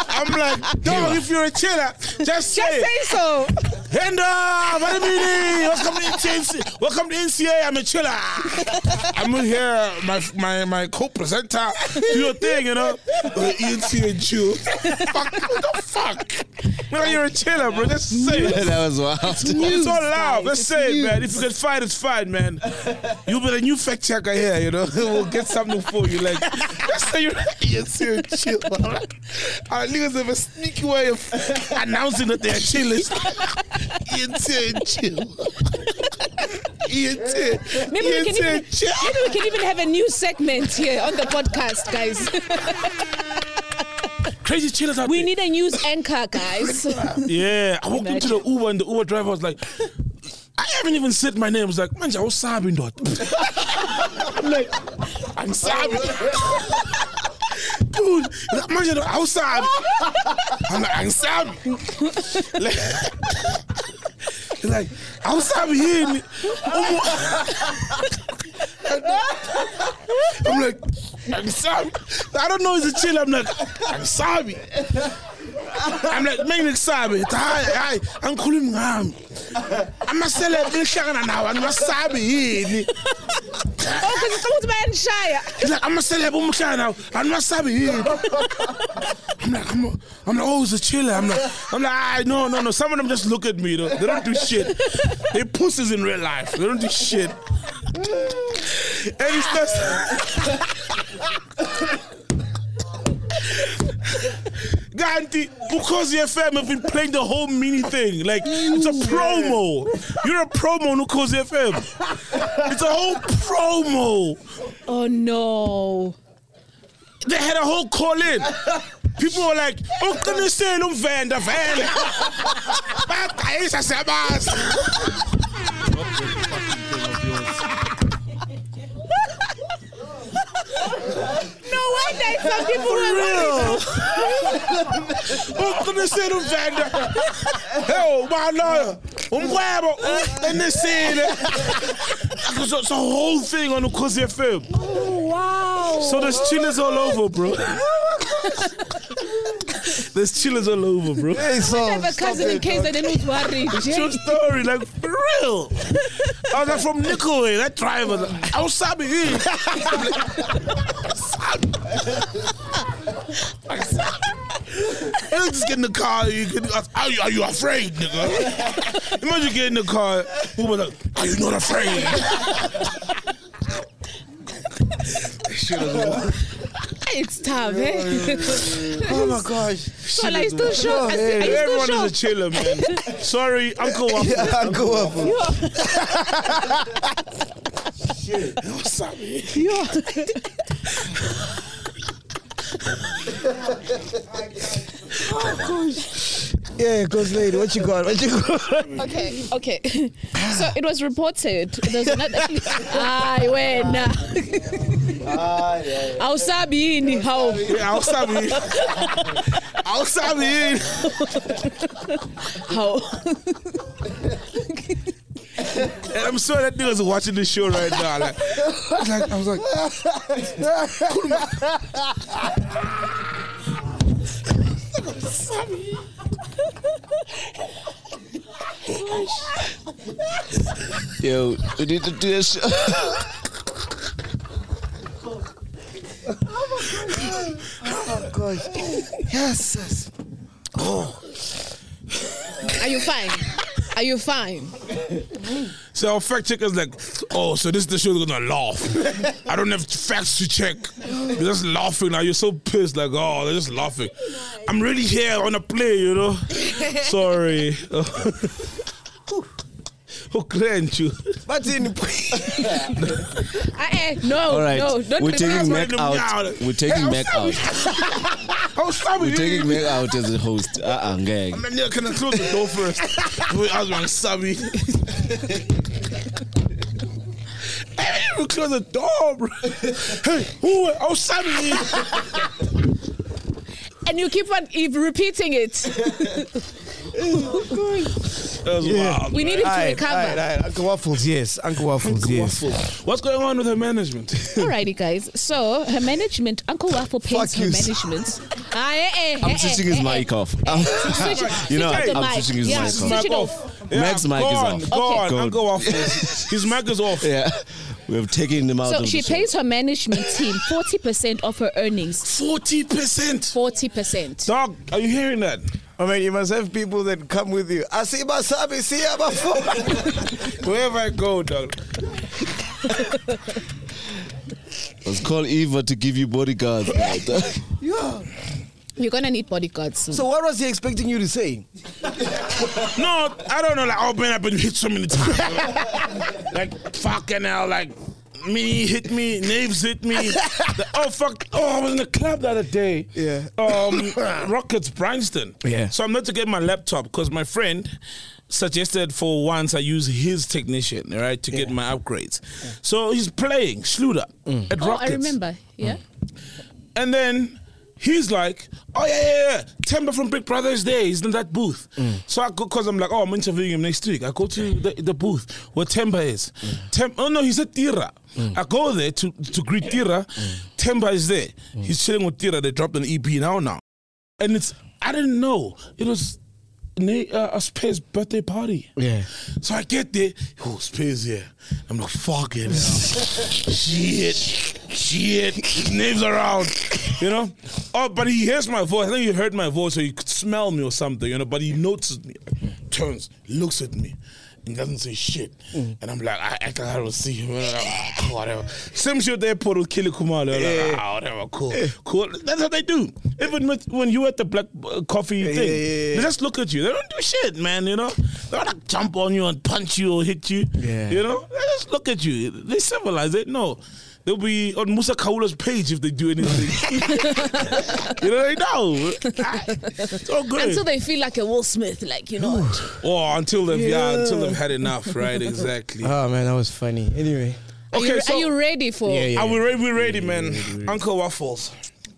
I'm like, dog, if you're a chiller, just say, just it. say so. Henda, what do you mean? Welcome to NCA. Welcome to NCA. I'm a chiller. I'm here, my my my co-presenter. Do your thing, you know. Uh, NCA and chill. fuck, what the fuck? Well, you're a chiller, bro. Just say it. that was wild. It's all loud. Let's say it, man. If you can fight, it's fine, man. You'll be the new fact checker here, you know. we'll get something for you. Like, let's say you're NCA and chill. Our niggas have a sneaky way of announcing that they're chillers. ENT and chill. ENT. Maybe we can ENT even and chill. maybe we can even have a new segment here on the podcast, guys. Crazy chillers out We there. need a news anchor, guys. Yeah, I walked into the Uber and the Uber driver was like, I haven't even said my name. I was like, manje awusabi ndoda. I'm like, angisabi. Dude, manje awusabi. I'm like, angisabi. Like- He's like, awusabi yini? Umu- I'm like, angisabi. I don't know, he's a chill. I'm like, angisabi. I'm like mengikusabe hayi hayi angikhulumi ngami ama-celeb nihlangana nawo anibasabi yini oh, because it's about man Shire. He's like ama-celeb uma uhlangana nawo anibasabi yini I'm like I'm, I'm like oh he's a chiller I'm like I'm like ah, no no no some of them just look at me though they don't do shit they pussies in real life they don't do shit and he starts Gandhi, because the FM have been playing the whole mini thing. Like it's a promo. You're a promo on Ukozi FM. It's a whole promo. Oh no. They had a whole call in. People were like, "Oh, can you say no venda venda?" But I is a sabas. No wonder some people were worried. Oh, can you say no venda? Hell, my lawyer. Umgwebo, uqinisile. It's a- It's a whole thing on Ukozi FM. Oh, Wow. So there's chillers all over, bro. there's chillers all over, bro. Hey, so Oh, I have a cousin in case I didn't worry. True story, like for real. I was like from Nicolay, that driver. I was sabi eh. here. And just get in the car. You get, are, you, are you afraid, nigga? Imagine you get in the car. Who was like, are you not afraid? It's Oh, tough, eh? oh my gosh. so like, still shocked. Are you still Everyone is a shocked? chiller, man. Sorry, Uncle Waffle. Uncle Wolf. Wasabi. Yeah, Go Slade, what you got? What you got? Okay, okay. so it was reported. There's another. Ay, wena. Awusabi yini how? Yeah, I'll stop you. I'll stop you. How? And I'm sure that nigga's watching this show right now. Like, I was like, I was like, Yo, we need to do a show. Oh, God. Yes, yes. Oh. Are you fine? Are you fine? So our fact checker's like, oh, so this is the show that's gonna laugh. I don't have facts to check. They're just laughing now. You're so pissed, like, oh, they're just laughing. I'm really here on a play, you know. Sorry. Oh, grant you. But in Eh, I, no, All right, no, don't we're be taking rude. Mac out. We're taking Mac out. Oh, stop We're it. taking Mac out as a host. Uh, uh gag. Man, yeah, can I close the door first? I was like, sorry. Hey, you even close the door, bro. Hey, who? oh, I was sorry. and you keep on e- repeating it. That was wild. We need him to Aye, aye, recover. aye. Uncle Waffles, yes. Uncle Waffles, yes. What's going on with her management? Alrighty, guys. So her management, Uncle Waffle pays Fuck her you. management. ah, eh, eh, eh, eh, I'm switching his eh, eh. mic off. I'm- you switch know, off the I'm mic. switching his Yeah, mic switch off. it off. Mac's mic is gone, off. Gone. Okay. Uncle Waffles. His mic is off. Yeah, we have taken him out. So of she the show. pays her management team 40% of her earnings. Forty percent. 40%. Dog, are you hearing that? I mean, you must have people that come with you. I see my sabi, see ya, my phone. Wherever I go, dog. Let's call Eva to give you bodyguards. yeah. You're going to need bodyguards Oh, soon. So what was he expecting you to say? No, I don't know. Like, oh man, I've been hit so many times. like fucking hell, like me hit me, Naves hit me. Like, oh fuck! Oh, I was in the club the other day. Yeah. Um, Rockets Bryanston. Yeah. So I'm not to get my laptop because my friend suggested for once I use his technician, right, to get my upgrades. So he's playing Schluter Mm. at Oh, Rockets. I remember. Yeah. And then he's like, oh, yeah, yeah, yeah. Temba from Big Brother is there. He's in that booth. So I go, because I'm like, oh, I'm interviewing him next week. I go to the, the booth where Temba is. Tem- oh, no, he's at Tira. I go there to, to greet Tira. Temba is there. He's chilling with Tira. They dropped an EP now, now. And it's, I didn't know. It was Na- uh, Spare's birthday party. Yeah. So I get there, oh, Spears here. I'm like, fuck it. now. shit, shit, names around, you know? Oh, but he hears my voice. I think he heard my voice, or he could smell me or something, you know? But he notices me, turns, looks at me. And doesn't say shit. Mm. And I'm like, I act like I don't see him. And I'm like, ah, cool, whatever. Same shit they put with Kili Kumalo. Like, ah, whatever, cool. Cool. That's what they do. Even with, when you at the black uh, coffee thing, yeah, yeah, they yeah. just look at you. They don't do shit, man. You know, they don't like, jump on you and punch you or hit you. Yeah. You know, they just look at you. They civilize it. No, they'll be on Musa Kaula's page if they do anything. you know, they know. It's all good. Until they feel like a Will Smith, like, you know. or until they've yeah. until they've had enough. Right? Exactly. Oh man, that was funny. Anyway. Are, Okay, you, so- are you ready for yeah. Are we ready? We ready, man. Uncle Waffles.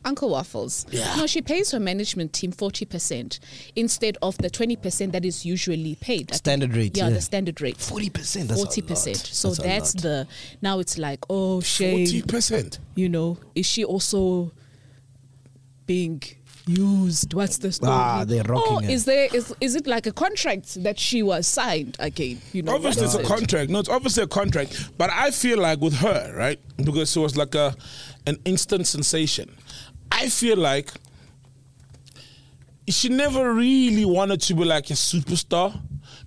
Uncle Waffles? Yeah. No, she pays her management team 40% instead of the 20% that is usually paid. I think- Standard rate, Yeah, yeah. the standard rate. 40%, that's a 40%. lot. So That's a that's, lot. the. Now it's like, oh, shame. Forty percent. you know, is she also being used? What's the story? Ah, they're rocking or her. is there is is it like a contract that she was signed again? You know, Obviously, what it's a is it? contract. No, it's obviously a contract. But I feel like with her, right, because she was like a an instant sensation. I feel like she never really wanted to be like a superstar.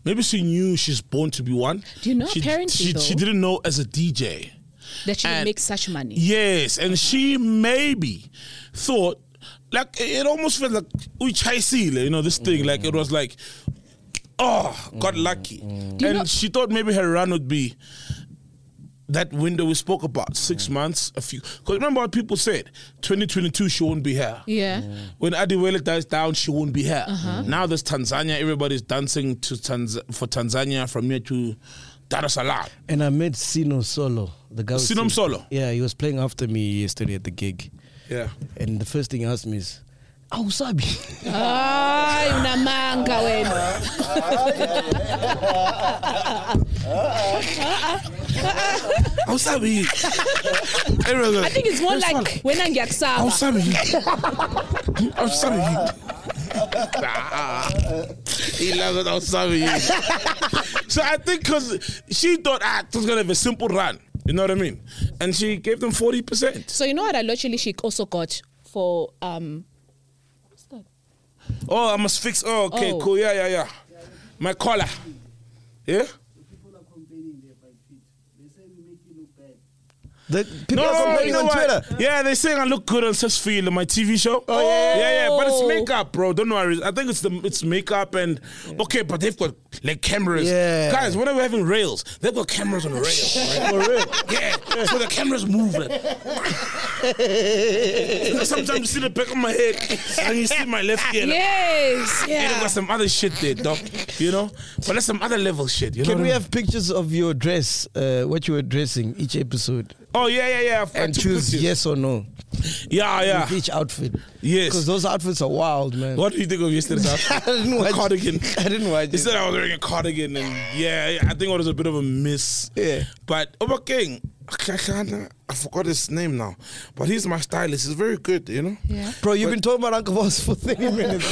Maybe she knew she's born to be one. Do you know, She, apparently, she, she though- didn't know as a DJ. that she And- makes such money. Yes, and she maybe thought like it almost felt like we chaisile, you know, this thing. Like it was like, oh, got lucky, you and know- she thought maybe her run would be that window we spoke about six months, a few. Because remember what people said, 2022 she won't be here. Yeah. Uh-huh. When Adiwele dies down, she won't be here. Mm. Now there's Tanzania. Everybody's dancing to Tanz- for Tanzania from here to Dar es Salaam. And I met Sino Solo, the guy. who Sinom sings- Solo? Yeah, he was playing after me yesterday at the gig. Yeah. And the first thing he asked me is, "How sabi?" Ah, unamanga wena. Awusabi. Everyone's like, I think it's more "That's like fine." when I'm Yaksaba. Awusabi. Awusabi. Ah, He loves it. Awusabi. So I think because she thought ah, it was gonna have a simple run. You know what I mean? And she gave them forty percent. So you know what? Allegedly, she also got for um what's that? Oh, I must fix. Oh, okay, Oh. cool. Yeah, yeah, yeah. My collar. Yeah. People are complaining they're by feet. They say we make you look bad. The people are complaining on Twitter. Yeah, they saying I look good on Sex Feel on my TV show. Oh yeah, yeah, yeah. yeah, yeah. But it's Oh. makeup, bro. Don't worry. I think it's the it's makeup and okay, but they've got like cameras. Yeah. guys, when are we having rails? They've got cameras on rails. Right? For real? Yeah. So the cameras move. Like, sometimes you see the back of my head and you see my left ear. like, Yes. And they Yeah. got some other shit there, dog. You know, but that's some other level shit. You know. Can what we I have pictures of your dress, uh, what you were dressing each episode, mean? Oh yeah, yeah, yeah. I've got and two choose pictures. yes or no Yeah, with yeah. each outfit? Yes. Because those outfits are wild, man. What do you think of yesterday's outfit? I didn't The watch- cardigan. I didn't watch He it. said I was wearing a cardigan, and yeah, I think it was a bit of a miss. Yeah. But Oba King, I ca- can't- I forgot his name now, but he's my stylist. He's very good, you know. Yeah. Bro, you've been talking about Uncle Boss for 30 minutes.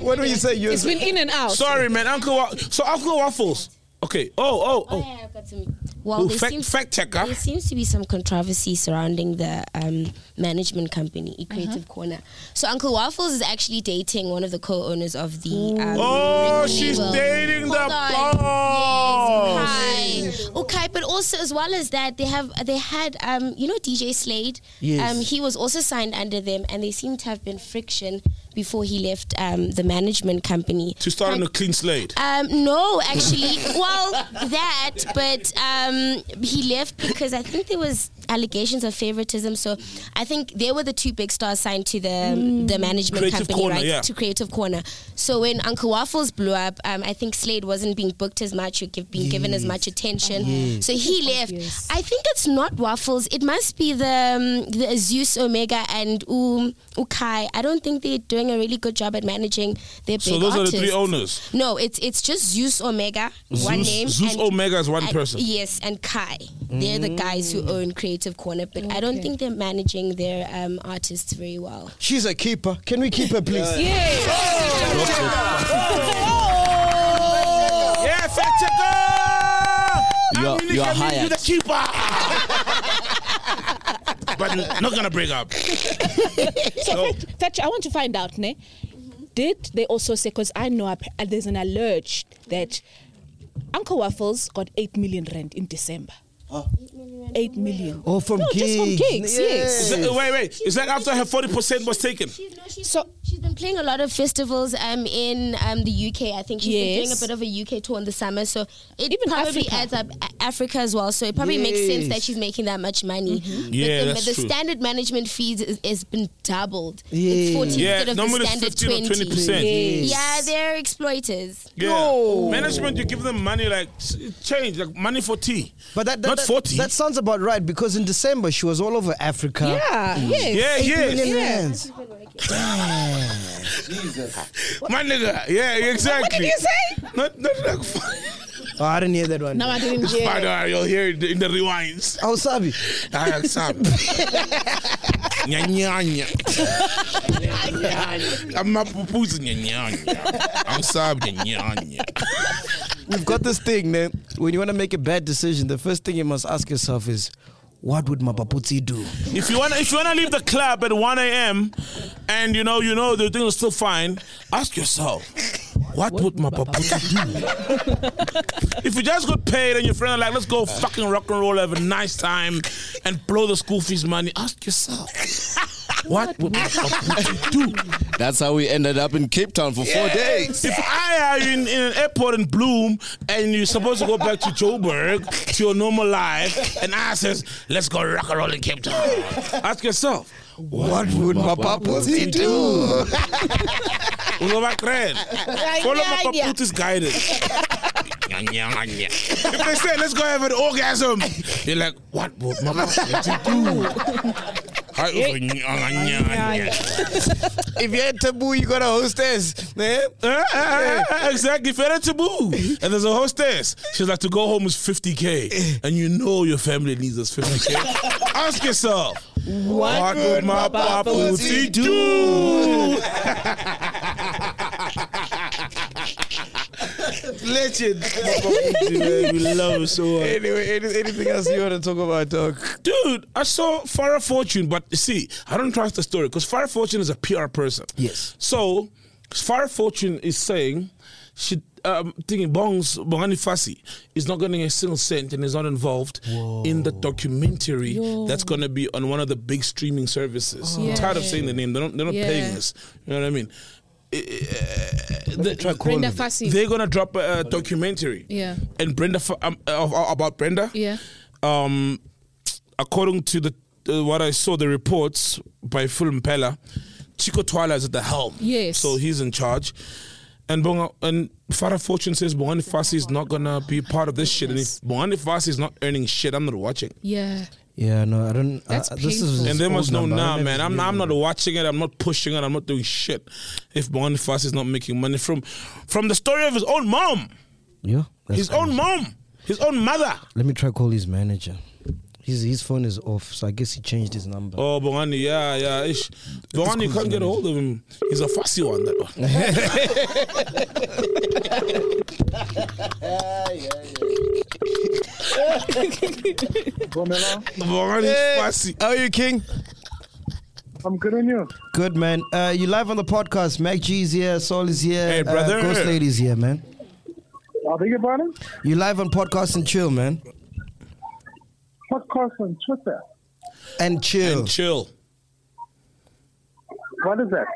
what were you saying? You It's been in and out. Sorry, man, Uncle. Wa- so Uncle Waffles. Okay. Oh, oh, Oh, oh. yeah, I've got some. Well, Ooh, there fact- seems, fact checker. There seems to be some controversy surrounding the um, management company, E Creative Corner. So Uncle Waffles is actually dating one of the co-owners of the. Um, Oh, record she's Oh, label. dating the Hold on. boss. Hi. Okay, but also as well as that, they have they had um you know DJ Slade. Yes. Um, he was also signed under them, and they seem to have been friction before he left um the management company. To start on a Like, clean slate. um, no, actually, well, that, but um, he left because I think there was allegations of favoritism. So I think they were the two big stars signed to the the management Creative company, Corner, right? yeah. To Creative Corner. So when Uncle Waffles blew up, um, I think Slade wasn't being booked as much or give, being given as much attention. So he left. I think it's not Waffles. It must be the um, the Zeus Omega and um, Ukai. I don't think they're doing a really good job at managing their big So those are the three owners. artists. No, it's it's just Zeus Omega, one Zeus- name. Zeus Omega is one and- person. Yes, and Kai. They're the guys who own Creative Corner, but I don't think they're managing their um, artists very well. She's a keeper. Can we keep her, please? Yeah, fact checker. Oh! You are- I'm you are Nicky, hired. the keeper. but not gonna break up. Oh. So, Fetch, Fetch, I want to find out, ne? Did they also say, because I know appa- uh, there's an alleged that Uncle Waffles got 8 million rand in December. 8 million. Oh, from no, just from gigs. gigs, Is yes. that- wait, wait. Is that after her forty percent was taken? She's, no, she's, So- she's been playing a lot of festivals um, in um, the UK. I think she's been doing a Yes. bit of a UK tour in the summer, so it Even probably Africa. adds up A- Africa as well. So it probably makes sense that she's making that much money. But Yeah, the, that's the true. standard management fees is, has been doubled. Yeah. It's 14 Yeah, instead of normally the it's standard 15 or 20. 20%. Yes. Yeah, they're exploiters. Yeah. Management, you give them money like s- change, like money for tea. But that, that, not that- forty. That sounds about right because in December she was all over Africa. Yeah, yes. Mm. yeah, Eight yeah. million rands. My nigga. Yeah, exactly. What did you say? Not, not like five. Oh, I didn't hear that one. No, I didn't hear. Five it. dollar, You'll hear it in the rewinds. Ausabi. I am Sam. Nya, nya, nya. I'm not proposing nya, nya, nya. I'm sorry, nya, nya, nya. We've got this thing, man. When you want to make a bad decision, the first thing you must ask yourself is, what would my paputsi do? If you want, if you want to leave the club at 1 a.m. and you know, you know, the thing is still fine. Ask yourself, what, would my paputa do? if you just got paid and your friend are like, let's go fucking rock and roll, have a nice time, and blow the school fees money. Ask yourself, what would my paputa do? That's how we ended up in Cape Town for four days. If I are in, in an airport in Bloom and you're supposed to go back to Joburg to your normal life, and I says, let's go rock and roll in Cape Town. Ask yourself, What would my paputsi do? Uno va a creer. Follow my paputi's guidance. Nya, nya, nya. if they say, let's go have an orgasm, you're like, what would my paputi do? I was like, nya, nya, nya. If you had taboo, you got a hostess, man. Eh, eh, eh, Exactly, if you're at taboo. And there's a hostess. She's like, to go home is 50K. And you know your family needs this 50K. Ask yourself, what, would my paputi do? legend. we love him so much. anyway, any, anything else you want to talk about, dog? Dude, I saw Farah Fortune, but you see, I don't trust the story because Farah Fortune is a PR person. Yes. So, Farah Fortune is saying she um, thinking Bongs Bongani Fasi is not getting a single cent and is not involved in the documentary that's going to be on one of the big streaming services. I'm tired of saying the name; they're not, they're not Oh. Yeah. paying us. You know what I mean? Eh, the- Brenda Fassie. they're gonna drop a, a documentary. Yeah. And Brenda F- um, uh, uh, about Brenda. Yeah. Um, according to the uh, what I saw the reports by Film Pella, Chico Twala is at the helm. Yes. So he's in charge. And Bonga, and Farah Fortune says Bohani Fasi is not gonna be part of this shit. And if Bohani Fasi is not earning shit, I'm not watching. yeah. Yeah, no, I don't. That's I, this is painful. And they old must know number. I now, don't man. I'm I'm know if it's new not number. watching it. I'm not pushing it. I'm not doing shit. If Bohani Fasi is not making money from from the story of his own mom. Yeah, that's his own crazy. mom, his own mother. Let me try call his manager. His his phone is off, so I guess he changed his number. Oh, Bongani, yeah, yeah. Ish. Bongani can't get a hold of him. He's a fussy one, that one. Bongani Hey, fussy. How are you, King? I'm good on you. Good man. Uh, you live on the podcast. Mac G's here, Sol is here, Hey, uh, brother. Ghost Lady's here, man. I beg your pardon? You live on podcast and chill, man, Podcast on Twitter. and chill. And chill. What is that?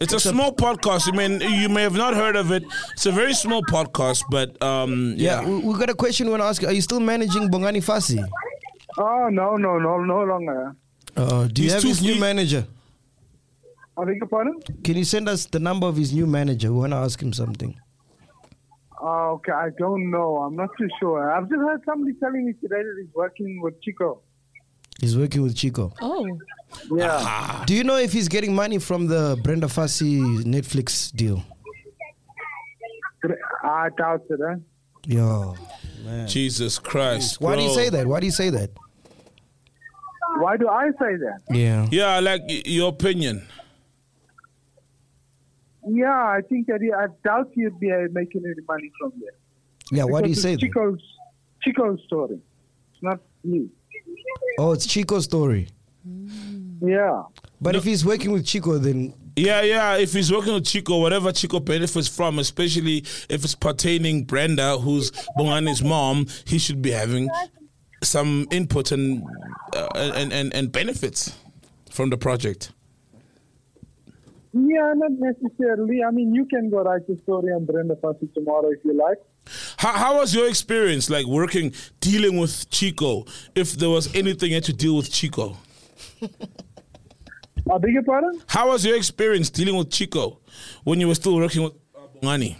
It's a small podcast. I mean, you may have not heard of it. It's a very small podcast, but um, yeah, yeah. We, we got a question. We want to ask. you. Are you still managing Bongani Fasi? Oh, no, no, no, no longer. Uh, do you He's have too his new free- manager? I beg your pardon? Can you send us the number of his new manager? We want to ask him something. Oh, okay, I don't know. I'm not too sure. I've just heard somebody telling me today that he's working with Chico. He's working with Chico. Oh. Yeah. Do you know if he's getting money from the Brenda Fassie Netflix deal? I doubt it, eh? Yo. Jesus Christ. Why do you bro. say that? Why do you say that? Why do I say that? Yeah. Yeah, I like y- your opinion. Yeah, I think that he, I doubt he'd be uh, making any money from there. Yeah, why do you Because say it's that? Chico's, Chico's story. It's not me. Oh, it's Chico's story. Yeah. But if he's working with Chico, then Yeah, yeah. If he's working with Chico, whatever Chico benefits from, especially if it's pertaining Brenda, who's Bongani's mom, he should be having some input and uh, and, and and benefits from the project. Yeah, not necessarily. I mean, you can go write your story on Brenda Fassi tomorrow if you like. How, how was your experience, like working, dealing with Chico? If there was anything you had to deal with Chico, I Uh, beg your pardon? how was your experience dealing with Chico when you were still working with uh, Bongani?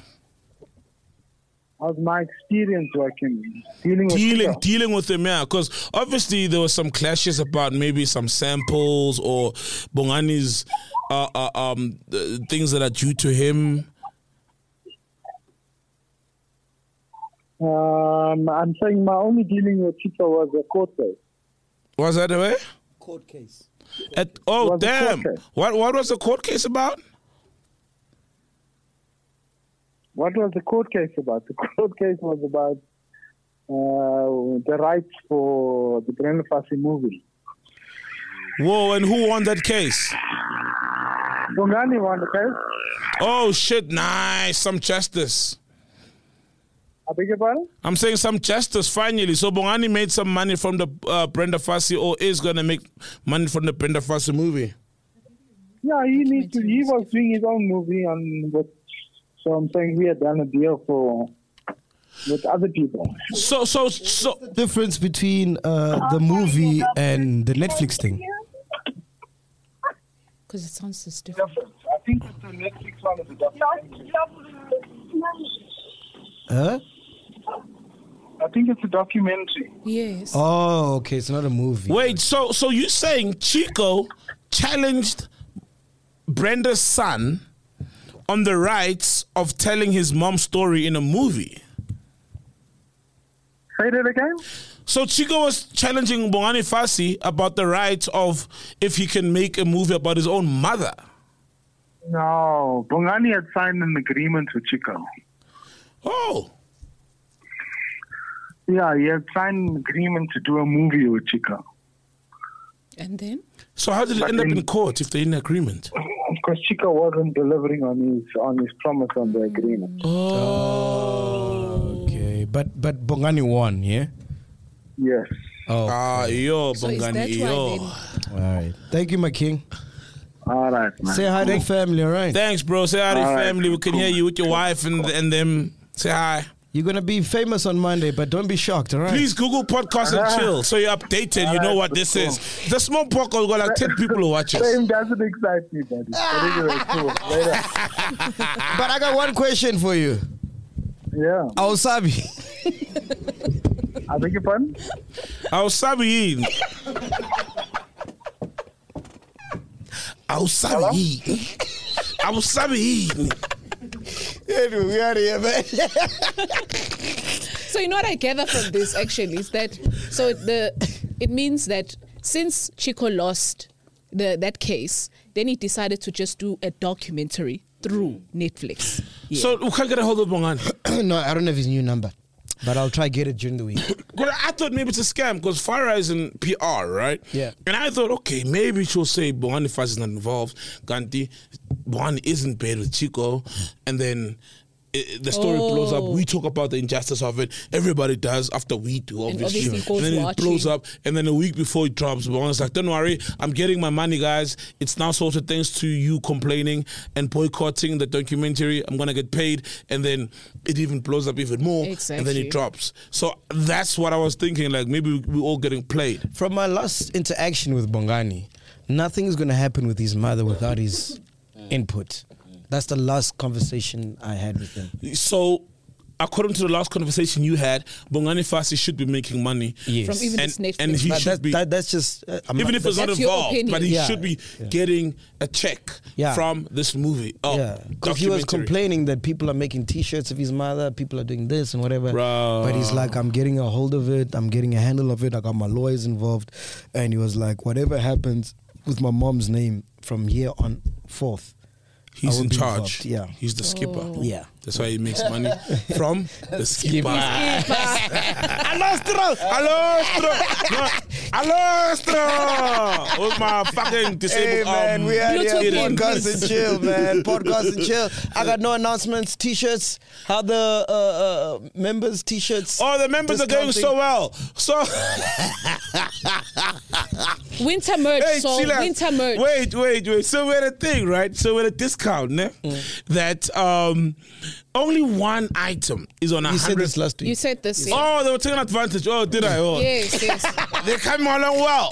How's my experience working, dealing with dealing Chico? dealing with them, yeah. Because obviously there were some clashes about maybe some samples or Bongani's uh, uh, um, uh, things that are due to him. Um, I'm saying my only dealing with Chico was a court case. Was that the way? Court case. At, oh Was a damn! court case. What what was the court case about? What was the court case about? The court case was about uh, the rights for the Brenda Fassi movie. Whoa! And who won that case? Bongani won the case. Oh shit! Nice, some justice. I Uh, beg your pardon? I'm saying some justice finally. So Bongani made some money from the uh, Brenda Fassie, or is gonna make money from the Brenda Fassie movie. Yeah, he needs to. He was doing his own movie, and with, so I'm saying we had done a deal for with other people. So so so difference between uh, the movie and the Netflix thing. Because it sounds so stupid. I think it's the Netflix one is a documentary. Huh? I think it's a documentary. Yes. Oh, okay. It's not a movie. Wait, so so you saying Chico challenged Brenda's son on the rights of telling his mom's story in a movie? Say that again. So Chico was challenging Bongani Fasi about the rights of if he can make a movie about his own mother. No, Bongani had signed an agreement with Chico. Oh, Yeah, he had signed an agreement to do a movie with Chika. And then? So how did it end up in court if they're in agreement? Because Chika wasn't delivering on his on his promise on the agreement. Okay, but but Bongani won, yeah. Yes. Oh, Ah, yo, So is that Bongani, why yo. then- all right. Thank you, my king. All right, man. Say hi to the family, all right? Thanks, bro. Say hi to your Alright, family. We can hear you with your wife and and them. Say hi. You're gonna be famous on Monday, but don't be shocked, all right? Please Google podcast and chill so you're updated. You know what this is. The small podcast got like 10 people who watch us. Fame Mm. doesn't excite me, buddy. But anyway, cool. Later. But I got one question for you, Yeah. Ausabi. I beg your pardon? Ausabi. Ausabi. Ausabi. anyway, we out here, man. So you know what I gather from this actually is that so the it means that since Chico lost the that case, then he decided to just do a documentary through Netflix. Yeah. So we can't get a hold of Bongani. no, I don't have his new number, but I'll try get it during the week. Well, I thought maybe it's a scam because Farah is in PR, right? Yeah. And I thought, okay, maybe she'll say Bohani Farah is not involved. Ganti, Bohani isn't bad with Chico. And then eh, the story blows up. We talk about the injustice of it. Everybody does after we do, obviously. obviously goes then it watching. blows up. And then a week before it drops, Bohani's like, don't worry, I'm getting my money, guys. It's now sorted thanks to you complaining and boycotting the documentary. I'm going to get paid. And then it even blows up even more. And then Exactly. it drops drops. So that's what I was thinking. Like maybe we- we're all getting played. From my last interaction with Bongani, nothing is gonna happen with his mother without his input. That's the last conversation I had with him. So according to the last conversation you had, Bongani Fasi should be making money. Yes. From even and, this Netflix. and he But should that, be. that, that's just uh, I'm even not- if it's not That's your involved, opinion. but he Yeah. should be Yeah. getting a check Yeah. from this movie. Oh, yeah, because he was documentary. complaining that people are making T-shirts of his mother, people are doing this and whatever. Bruh. But he's like, I'm getting a hold of it, I'm getting a handle of it. I got my lawyers involved, and he was like, whatever happens with my mom's name from here on forth, I He's will in be charge. involved. Yeah, He's the skipper. Oh. Yeah. That's why he makes money from the skipper. Alostro! Alostro! No, Alostro! With my fucking um, disabled arm. Bluetooth here. in. Podcast and chill, man. Podcast and chill. I got no announcements. T-shirts. How the uh, uh, members' T-shirts? Oh, the members are going so well. So Winter merch, hey, so chill out. winter merch. Wait, wait, wait. So we're the thing, right? So we're the discount, ne? Mm. That um, only one item is on a You said hundred. this last You week. said this. Yeah. Oh, they were taking advantage. Oh, did I? Oh, Yes, yes. they're coming along well.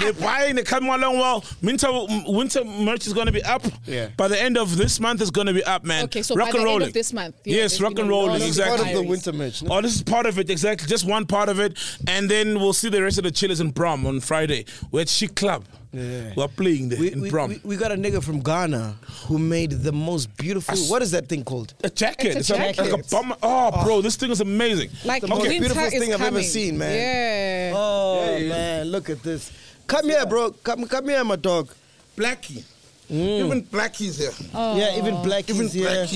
they're buying. They're coming along well. Winter, winter merch is going to be up. Yeah. By the end of this month, it's going to be up, man. Okay, so rock by and the rolling. end of this month. yeah, yes, there's rock been and a lot rolling. of Exactly. Part of the inquiries. winter merch. no? Oh, this is part of it, exactly. Just one part of it. And then we'll see the rest of the chillers in Brom on Friday. We're at Chic Club. Yeah. We're playing there We, in we, Brom. we, we got a nigga from Ghana who made the most beautiful. what is that thing called? a jacket. It's a like- like jacket. a bummer. Oh, bro, this thing is amazing. Like Ah. The most winter beautiful is thing I've ever coming. seen, man. Yeah. Oh man, look at this. Come here, bro. Come, come here, my dog. Blackie. Even Blackie's here. Yeah, even black is here.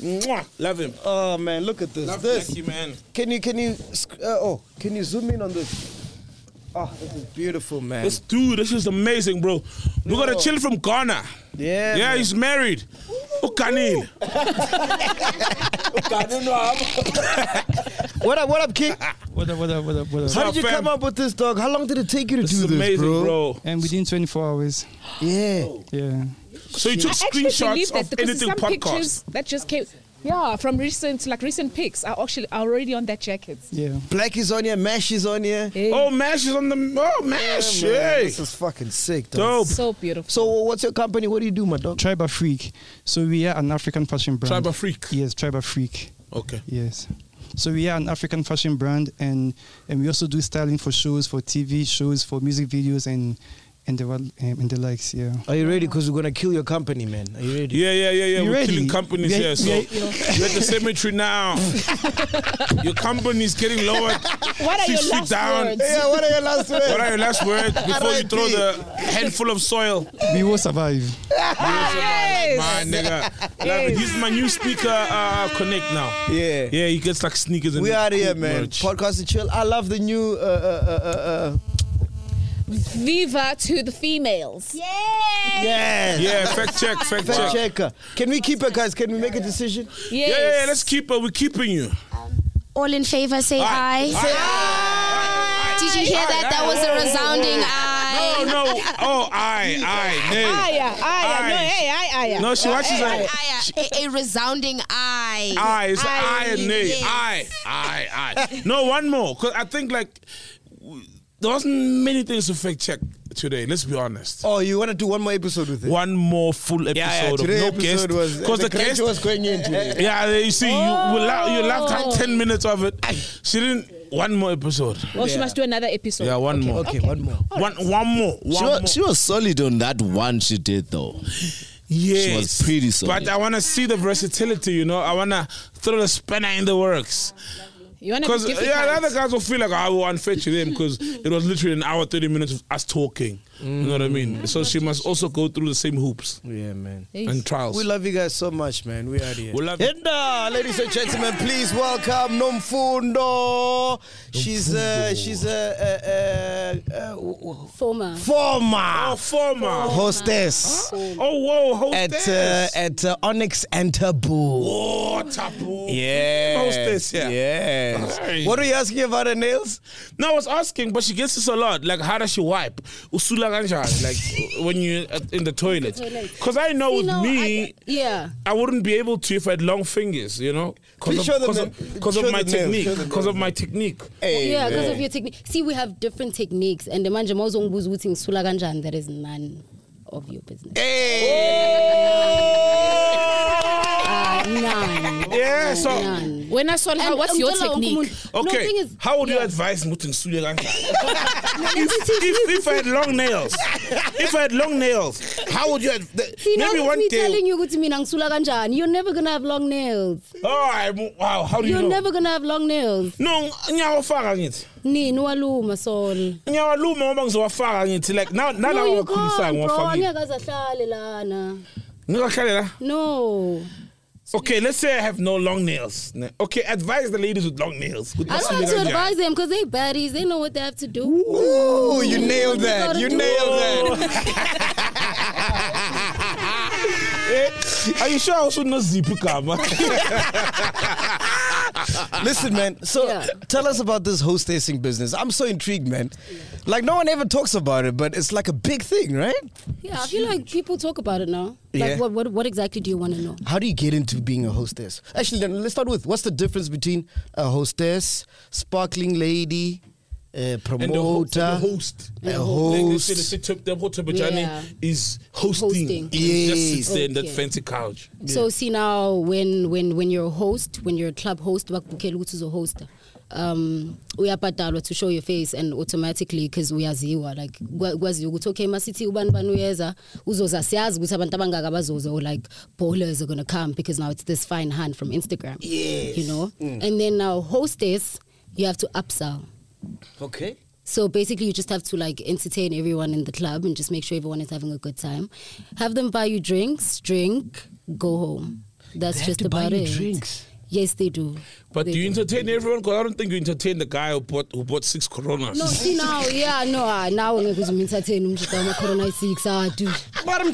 Mwah. Love him. Oh man, look at this. Love this. Blackie, man. Can you can you sc- uh, oh can you zoom in on this? Oh, this is beautiful, man. This dude, this is amazing, bro. We got a No. chill from Ghana. yeah, Yeah, man. he's married. Oh, Ukanil. What up? What up, King? What up, what up, what up, what up? How up, did you fam? come up with this dog? How long did it take you to This do is this, amazing, bro? bro. And within 24 hours, Yeah. Oh. yeah. So you took I actually believe screenshots that of because anything some podcast. pictures that just came. Yeah, from recent like recent pics are actually are already on that jacket. Yeah. Black is on here. Mash is on here. Hey, Oh, Mash is on the. Oh, Mash. Yeah, man, hey. This is fucking sick, dog. Dope. so beautiful. So, what's your company? What do you do, my dog? Tribe Freak. So we are an African fashion brand. Tribe Freak. Yes, Tribe Freak. Okay. Yes. So we are an African fashion brand, and and we also do styling for shows, for TV shows, for music videos, and and the what um, and the likes. Yeah. Are you ready? Because we're gonna kill your company, man. Are you ready? Yeah, yeah, yeah, yeah. You We're ready? killing companies Yeah, here, so yeah, you're at the cemetery now. your company's getting lowered. What are six your feet last down. words? Yeah, what are your last words? What are your last words before you throw R.I.P. the handful of soil? We will survive. My nigga, Like, Yes. this is my new speaker uh, connect now. Yeah, yeah, he gets like sneakers. And We out here, cool man. merch. Podcast to chill. I love the new. Uh, uh, Viva to the females. uh, uh, Yeah. yes. Yeah, fact check, fact check. checker. Can we keep her, guys? Can we make a decision? Yeah, yeah, yeah, let's keep her. We're keeping you. All in favor, say aye. Did you hear that? That was a resounding aye. No, no. Oh, I, I, nay. Aya, aya, no, hey, I, No, she watches like. a, a resounding aye. I, it's I, and nay. yes. I, I, I. No, one more. Because I think, like, w- there wasn't many things to fact check today, let's be honest. Oh, you want to do one more episode with it? One more full episode Yeah, yeah. of Today's no episode guest. was Because the, cringe guest. was going in today. yeah, you see, you, you, laugh, you laughed Oh. at 10 minutes of it. She didn't. One more episode. Well, she must do another episode. Yeah, one more. Okay, one more. One, one more. One she, more. was, she was solid on that one she did though. Yes. She was pretty solid. But I want to see the versatility, you know. I want to throw the spanner in the works. You want Because to yeah, the other guys will feel like "Oh, I will unfair to them because it was literally an hour, thirty minutes of us talking. You know what I mean? So she must also go through the same hoops. Yeah, man. And trials. We love you guys so much, man. We out here. We love you. and uh, ladies and gentlemen, please welcome Nomfundo. She's uh, she's a uh, uh, uh, w- w- Former. former Oh, former hostess. Oh, whoa, At hostess. uh, at uh, Onyx and Taboo. Oh, taboo. Yes. Hostess, yeah. Yes. Hey. What are you asking about her nails? No, I was asking, but she gets this a lot. Like, how does she wipe? Usula kanjani? Like, when you're at- in the toilet. Toilet. Because I know You with know, me, Yeah. I wouldn't be able to if I had long fingers, you know, because Please show of, the 'cause man- of, 'cause of show my the nails, show technique, the because of my technique. yeah, because of your technique. See, we have different techniques, and the manje mawuzongibuza ukuthi ngisula kanjani, that is none of your business. Uh, none. Yeah, so- None. When I saw her, And what's your ngicela wonke technique? umuntu- No, Okay, thing is- how would you advise me to nsule kanjani? No, if, if, if I had long nails, if I had long nails, how would you? Have, the, See, now maybe with me one day. telling you ukuthi mina ngisula kanjani, you're never gonna have long nails. Oh, I, wow! How do you You're know? never gonna have long nails. no, ngiyawafaka ngithi. Nini waluma sol. Ngiyawaluma ngoba ngizowafaka ngithi like now now No, lawo you ngikhulisayo can't, bro. ngiwafakile. Angeke aze ahlale lana. Ngikahlale la. No. Okay, let's say I have no long nails. Ne- Okay, advise the ladies with long nails. I don't have to advise them because they baddies. They know what they have to do. Ooh, you nailed They that. gotta You do nailed it. Eh, Are you sure I should not zip kama? Listen, man. So tell us about this hostessing business. I'm so intrigued, man. Like no one ever talks about it, but it's like a big thing, right? Yeah, I feel like people talk about it now. Like, Yeah. what, what, what exactly do you want to know? How do you get into being a hostess? Actually, then let's start with what's the difference between a hostess, sparkling lady, a promoter, the host. a Like they say, they host. say, "Top- the water Bojani Yeah. is hosting. Hosting. And he Just sits there in that Okay. fancy couch. So see now when when when you're a host, when you're a club host, bakubukela ukuthi uzohosta. Um uyabhadalwa to show your face and automatically because uyaziwa like kwa- kwaziwa ukuthi okay masithi ubani bani uyeza uzoza siyazi ukuthi abantu abangaka bazoza or like bowlers are gonna come because now it's this fine hand from Instagram. Yes. You know? Mm. And then now hostess, you have to upsell. Okay. So basically, you just have to like entertain everyone in the club and just make sure everyone is having a good time. Have them buy you drinks, drink, go home. That's They have just to buy about you it. drinks? Yes, they do. But do you entertain everyone? Because I don't think you entertain the guy who bought who bought six Oh, coronas. No, see now, yeah, no, ah, now I'm going to entertain him. Corona is six, ah, dude. Madam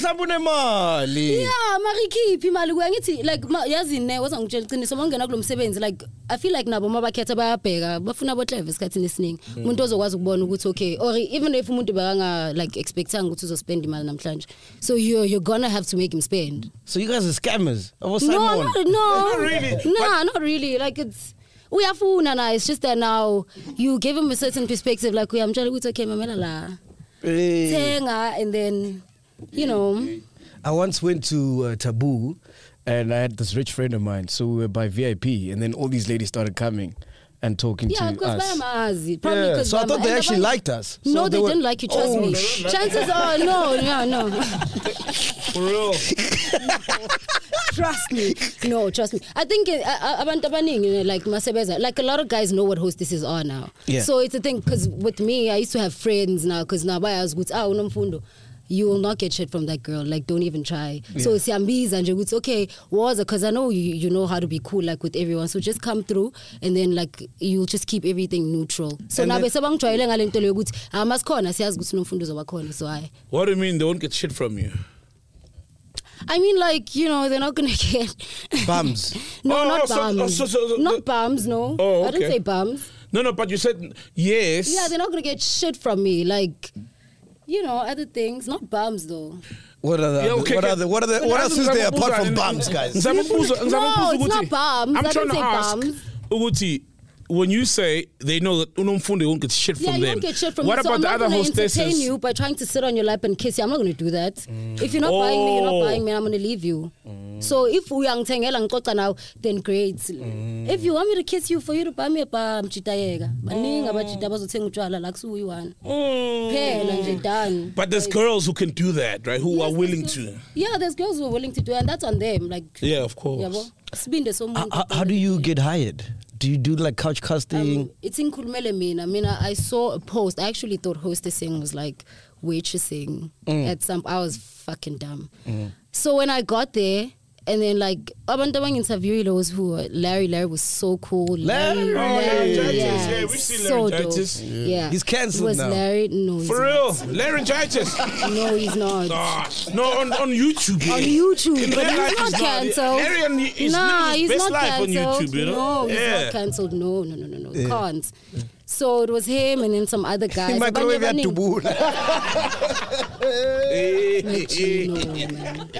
Tabunemali. yeah mari ikhiphi imali kuya ngithi like ma- yazi ne wazangitshela iqiniso uma ungena kulo msebenzi like i feel like nabo uma bakhetha bayabheka bafuna botleva esikhathini esiningi umuntu ozokwazi ukubona ukuthi okay or even if umuntu bekanga like expectanga ukuthi uzospend imali namhlanje so you're, you're gonna have to make him spend So you guys are scammers. I was no, Simon. not, no, Nah, not really. Like it's uyafuna na. It's just that now you give him a certain perspective. Like uyamtshela ukuthi okay, mamela la, Hey. thenga, and then you know. I once went to uh, Taboo and I had this rich friend of mine. So we were by VIP and then all these ladies started coming. and talking Yeah, to because us. bayamazi. Probably Yeah, 'cause so I thought bayama- they and actually abanye- liked us. So no, they they, were- didn't like you. Trust Oh, me. shit. Chances are, no, no, no. For real. trust me. No, trust me. I think uh, uh, abantu abaningi, you know, like masebeza, like a lot of guys know what hostesses are now. Yeah. So it's a thing because with me, I used to have friends now because now I was good. Ah, unomfundo. You will not get shit from that girl. Like, don't even try. So Yeah. siyambiza and ukuthi okay, waza because I know you, you know how to be cool like with everyone. So just come through and then like you'll just keep everything neutral. So And now then- sebangijwayele ngale nto leyo ukuthi ah masikhona siyazi ukuthi unomfundo uzoba khona. So I What do you mean they won't get shit from you? I mean like, you know, they're not going to get Bums. No, Oh, not so- bums. oh, so- so- so- not bums, no. Oh, I didn't okay. say bums. No, no, but you said yes. Yeah, they're not going to get shit from me. Like, you know, other things. Not bums, though. What are the, Yeah, okay, what okay. are the, what are the, what Ngiyazi else is there ngizama apart ukubuza from nini- bums, guys? ngizama ukubuza- ngizama No, ukubuza it's ukuthi- not bums. I'm I trying didn't to say ask bums. Uguti, when you say they know that Unomfunde won't get shit yeah, from you them, won't get shit from what me. so about I'm the not other gonna entertain hostesses? you by trying to sit on your lap and kiss you. I'm not going to do that. If you're not buying me, Mm. you're Oh. Mm. not buying me. and I'm going to leave you. So if uyangithengela ngixoxa now, then great. Mm. If you want me to kiss you for you to buy me a bum, chitayeka. Baningi Mm. abajita abazothenga utshwala la kusukuyi-one. Phela nje done. But there's girls who can do that, right? Who are willing to. Yeah, there's girls who are willing to do it, and that's on them. Like, Yeah, of course. yabo, sibinde somuntu. how, how do you get hired? Do you do like couch casting? Um, It's in Kulmele Mina. I mean, I, I saw a post. I actually thought hostessing was like waitressing Mm. at some. I was fucking dumb. Mm. So when I got there, and then like Abandawang interviewee those who were Larry. Larry was so cool. Larry, Larry, yeah, Oh, yeah, we've seen so laryngitis. dope. Yeah. Yeah. He's cancelled was now. Larry? No, he's For not. real, laryngitis. No, he's not. Ah, no, on, on YouTube. eh. On yeah. YouTube, In but real he's life, not cancelled. Larry on, he's Nah, living his he's best not life on cancelled. YouTube, you know? No, he's yeah. not cancelled. No, no, no, no, no. Yeah. Can't. So it was him and then some other guys. Microwave Abanye ya abaningi- tubula. Eh,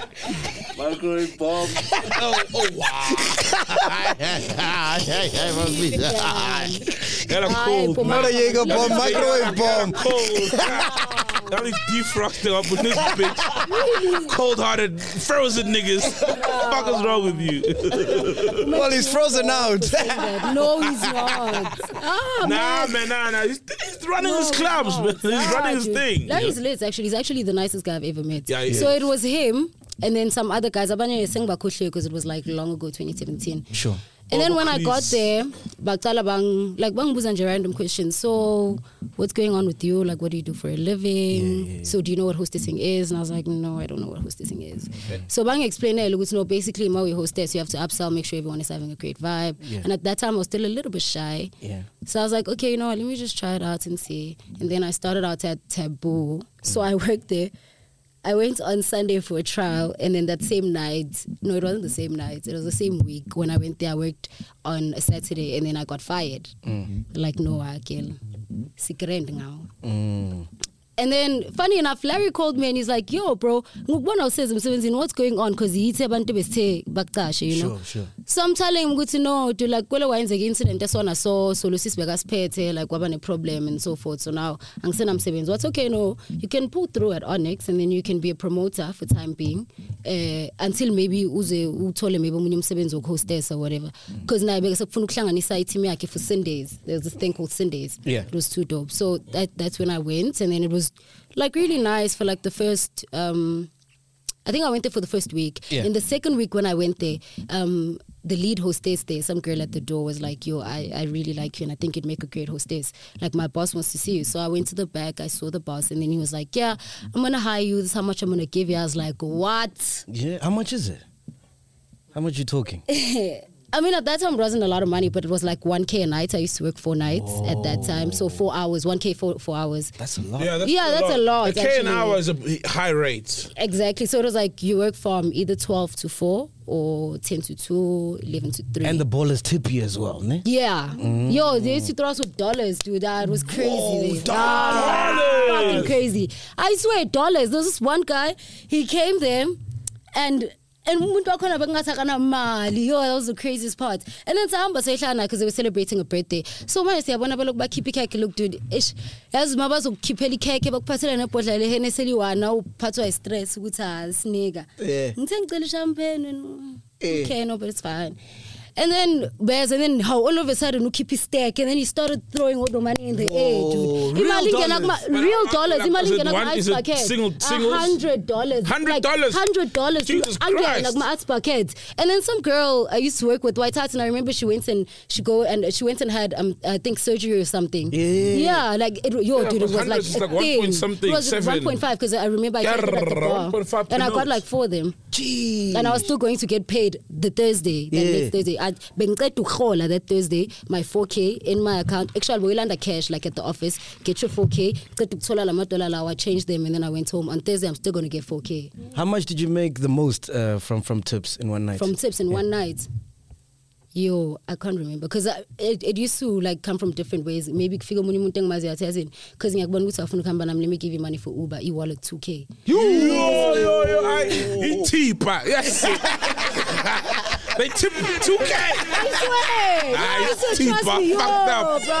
Microwave bomb. oh, oh, wow. Got a cold. Puma. Not a Jaeger bomb, microwave bomb. Cold. That is defrosted up with this bitch. Cold hearted, frozen niggas. What the fuck is wrong with you? Well, he's frozen out. no, he's not. Ah, Nah, man, nah, nah. He's, he's running his clubs, man. He's running his thing. Larry's lit. Actually, he's actually the nicest guy I've ever met. Yeah, he so is. it was him and then some other guys. Abanye sang because it was like long ago, 2017. Sure. And then Oh, when I got please. there, baqala bang like bangibuza nje random questions. So, what's going on with you? Like, what do you do for a living? So, do you know what hostessing is? And I was like, no, I don't know what hostessing is. So, bang explain it. Look, no, basically, my hostess, you have to upsell, make sure everyone is having a great vibe. Yeah. And at that time, I was still a little bit shy. Yeah. So I was like, okay, you know what, let me just try it out and see. And then I started out at Taboo. So I worked there. I went on Sunday for a trial, and then that same night, no, it wasn't the same night, it was the same week. When I went there, I worked on a Saturday, and then I got fired. Mm. Like, no, I can. now. Mm. And then, funny enough, Larry called me and he's like, yo, bro, when I says I'm what's going on? Because he said, you know? Sure, sure. so i'm telling him ukuthi no do like kwele kwayenzeka i-incident esona so so lusisibheka siphethe like kwaba ne-problem and so forth so now angisenamsebenzi wathi okay no you can pull through at onyx and then you can be a promoter for time being uh, until maybe uze uthole maybe omunye umsebenzi wokuhostess or whatever because naye bekesekufuna ukuhlanganisa i-team yakhe for sundays there's this thing called sundays Yeah. it was too dope so that, that's when i went and then it was like really nice for like the first um, I think I went there for the first week. Yeah. In the second week when I went there, um, the lead hostess there, some girl at the door was like, "Yo, I, I really like you, and I think you'd make a great hostess. Like my boss wants to see you." So I went to the back, I saw the boss, and then he was like, "Yeah, I'm gonna hire you. This is how much I'm gonna give you." I was like, "What?" Yeah, how much is it? How much you talking? I mean, at that time, it wasn't a lot of money, but it was like 1K a night. I used to work four nights at that time. So four hours, 1K, four, four hours. That's a lot. Yeah, that's, Yeah, that's a lot, A K an actually. hour is a b- high rate. Exactly. So it was like you work from either 12 to 4 or 10 to 2, 11 to 3. And the ball is tippy as well, ne? Yeah. Mm. Yo, they used to throw us with dollars, dude. That was crazy. dude. dollars. Nah, Fucking crazy. I swear, dollars. There was this one guy, he came there and and umuntu wakhona bekungathi akanamali yo that was the craziest part and then sahamba sehlala naye because they were celebrating a birthday so manje siyabona belokhu bakhipha ikhekhe look dude ish yazi uma bazokukhiphela ikhekhe bakuphathela nebhodla leheni eseliyi-one uphathwa yi-stress ukuthi ha sinika Eh. Yeah. ngithe ngicela ishampeni okay no but it's fine And then bears, and then how all of a sudden you keep his stack, and then he started throwing all the money in the air, dude. real Imali dollars. ngelakuma- But I- real I- dollars. like, Imali is it ngelakuma one- arts is it bucket. single- A singles? Hundred dollars. Hundred dollars? Hundred dollars. Jesus Christ. Like my arts bucket. And then some girl I used to work with White Hats, and I remember she went and she go and she went and had um, I think surgery or something. Yeah. like it, yo, Yeah, dude, it because was like, hundreds is a like one point thing. something, It was seven. one point five because I remember I tried it at the Grrr, bar. 1.5 and I got notes. like four of them. And I was still going to get paid the Thursday, the Yeah. next Thursday. I bengiqeda ukuhola that Thursday, my 4K in my account. Actually, boyilanda cash like at the office. Get your 4K. Ngiqeda ukuthola la madola lawa, change them, and then I went home. On Thursday, I'm still going to get 4K How much did you make the most uh, from from tips in one night? from tips in one night. Yo, I can't remember because it, it used to like come from different ways. Maybe figure money munting mazi atazin because ngiyakubona ukuthi afuna ukuhamba nami let me give you money for Uber, e-wallet 2K. You, yo, yo, yo, I, he teepa. Yes. they tip 2K. I Aye, swear. so Tipa, trust me, yo, fucked up. bro.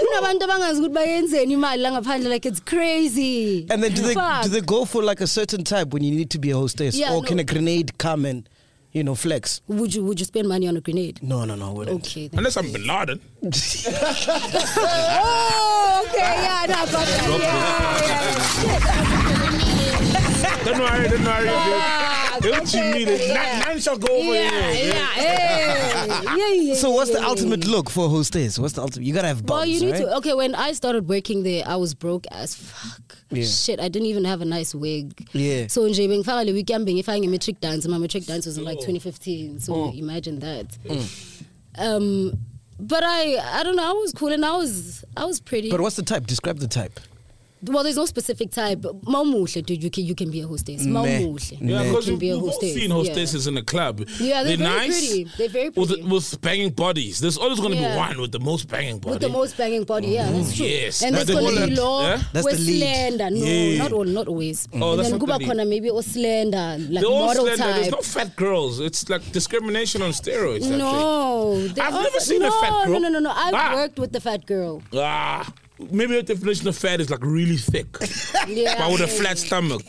Kunabantu abangazi ukuthi bayenzeni imali la ngaphandle like it's crazy. And then do they Fuck. do they go for like a certain type when you need to be a hostess, Yeah, or no. can a grenade come and you know flex? Would you would you spend money on a grenade? No, no, no, I wouldn't. Okay. Then. Unless I'm Bin Laden. oh, okay, yeah, no, fuck that. Don't worry, don't worry. Ah, They'll they'll cheat me. They- None none shall go over Yeah, here. yeah, hey, yeah, yeah, so what's the yeah, ultimate look for a hostess? What's the ultimate? You gotta have Well, buns, you need right? to. Okay, when I started working there, I was broke as fuck. Yeah. Shit, I didn't even have a nice wig. Yeah. So nje bengifaka le weekend bengifaka nge-matric dance. My matric dance was in Oh. like 2015. So Mm. imagine that. Um, but I, I don't know. I was cool and I was, I was pretty. But what's the type? Describe the type. well, there's no specific type. Mawumuhle, dude. You can, you can be a hostess. Meh. Mawumuhle. Yeah, you because can we've, be a we've all hostess. seen hostesses in the club. Yeah, yeah they're they're, very nice. pretty. They're very pretty. With, with banging bodies, there's always going to Yeah. be one with the most banging body. Mm. With the most banging body, yeah, that's true. Yes, and that's that's the gonna be lead. long. Yeah? That's the we're lead. slender, no, Yeah. not all, not always. Oh, and that's then not the Kuba lead. Kona maybe or slender, like they're all model slender. There's type. no fat girls. It's like discrimination on steroids. that no, they I've all- never seen a no, fat girl. No, no, no, no. I've Ah. worked with the fat girl. thing. Ah, maybe the definition of fat is like really thick, Yeah, but with a flat stomach,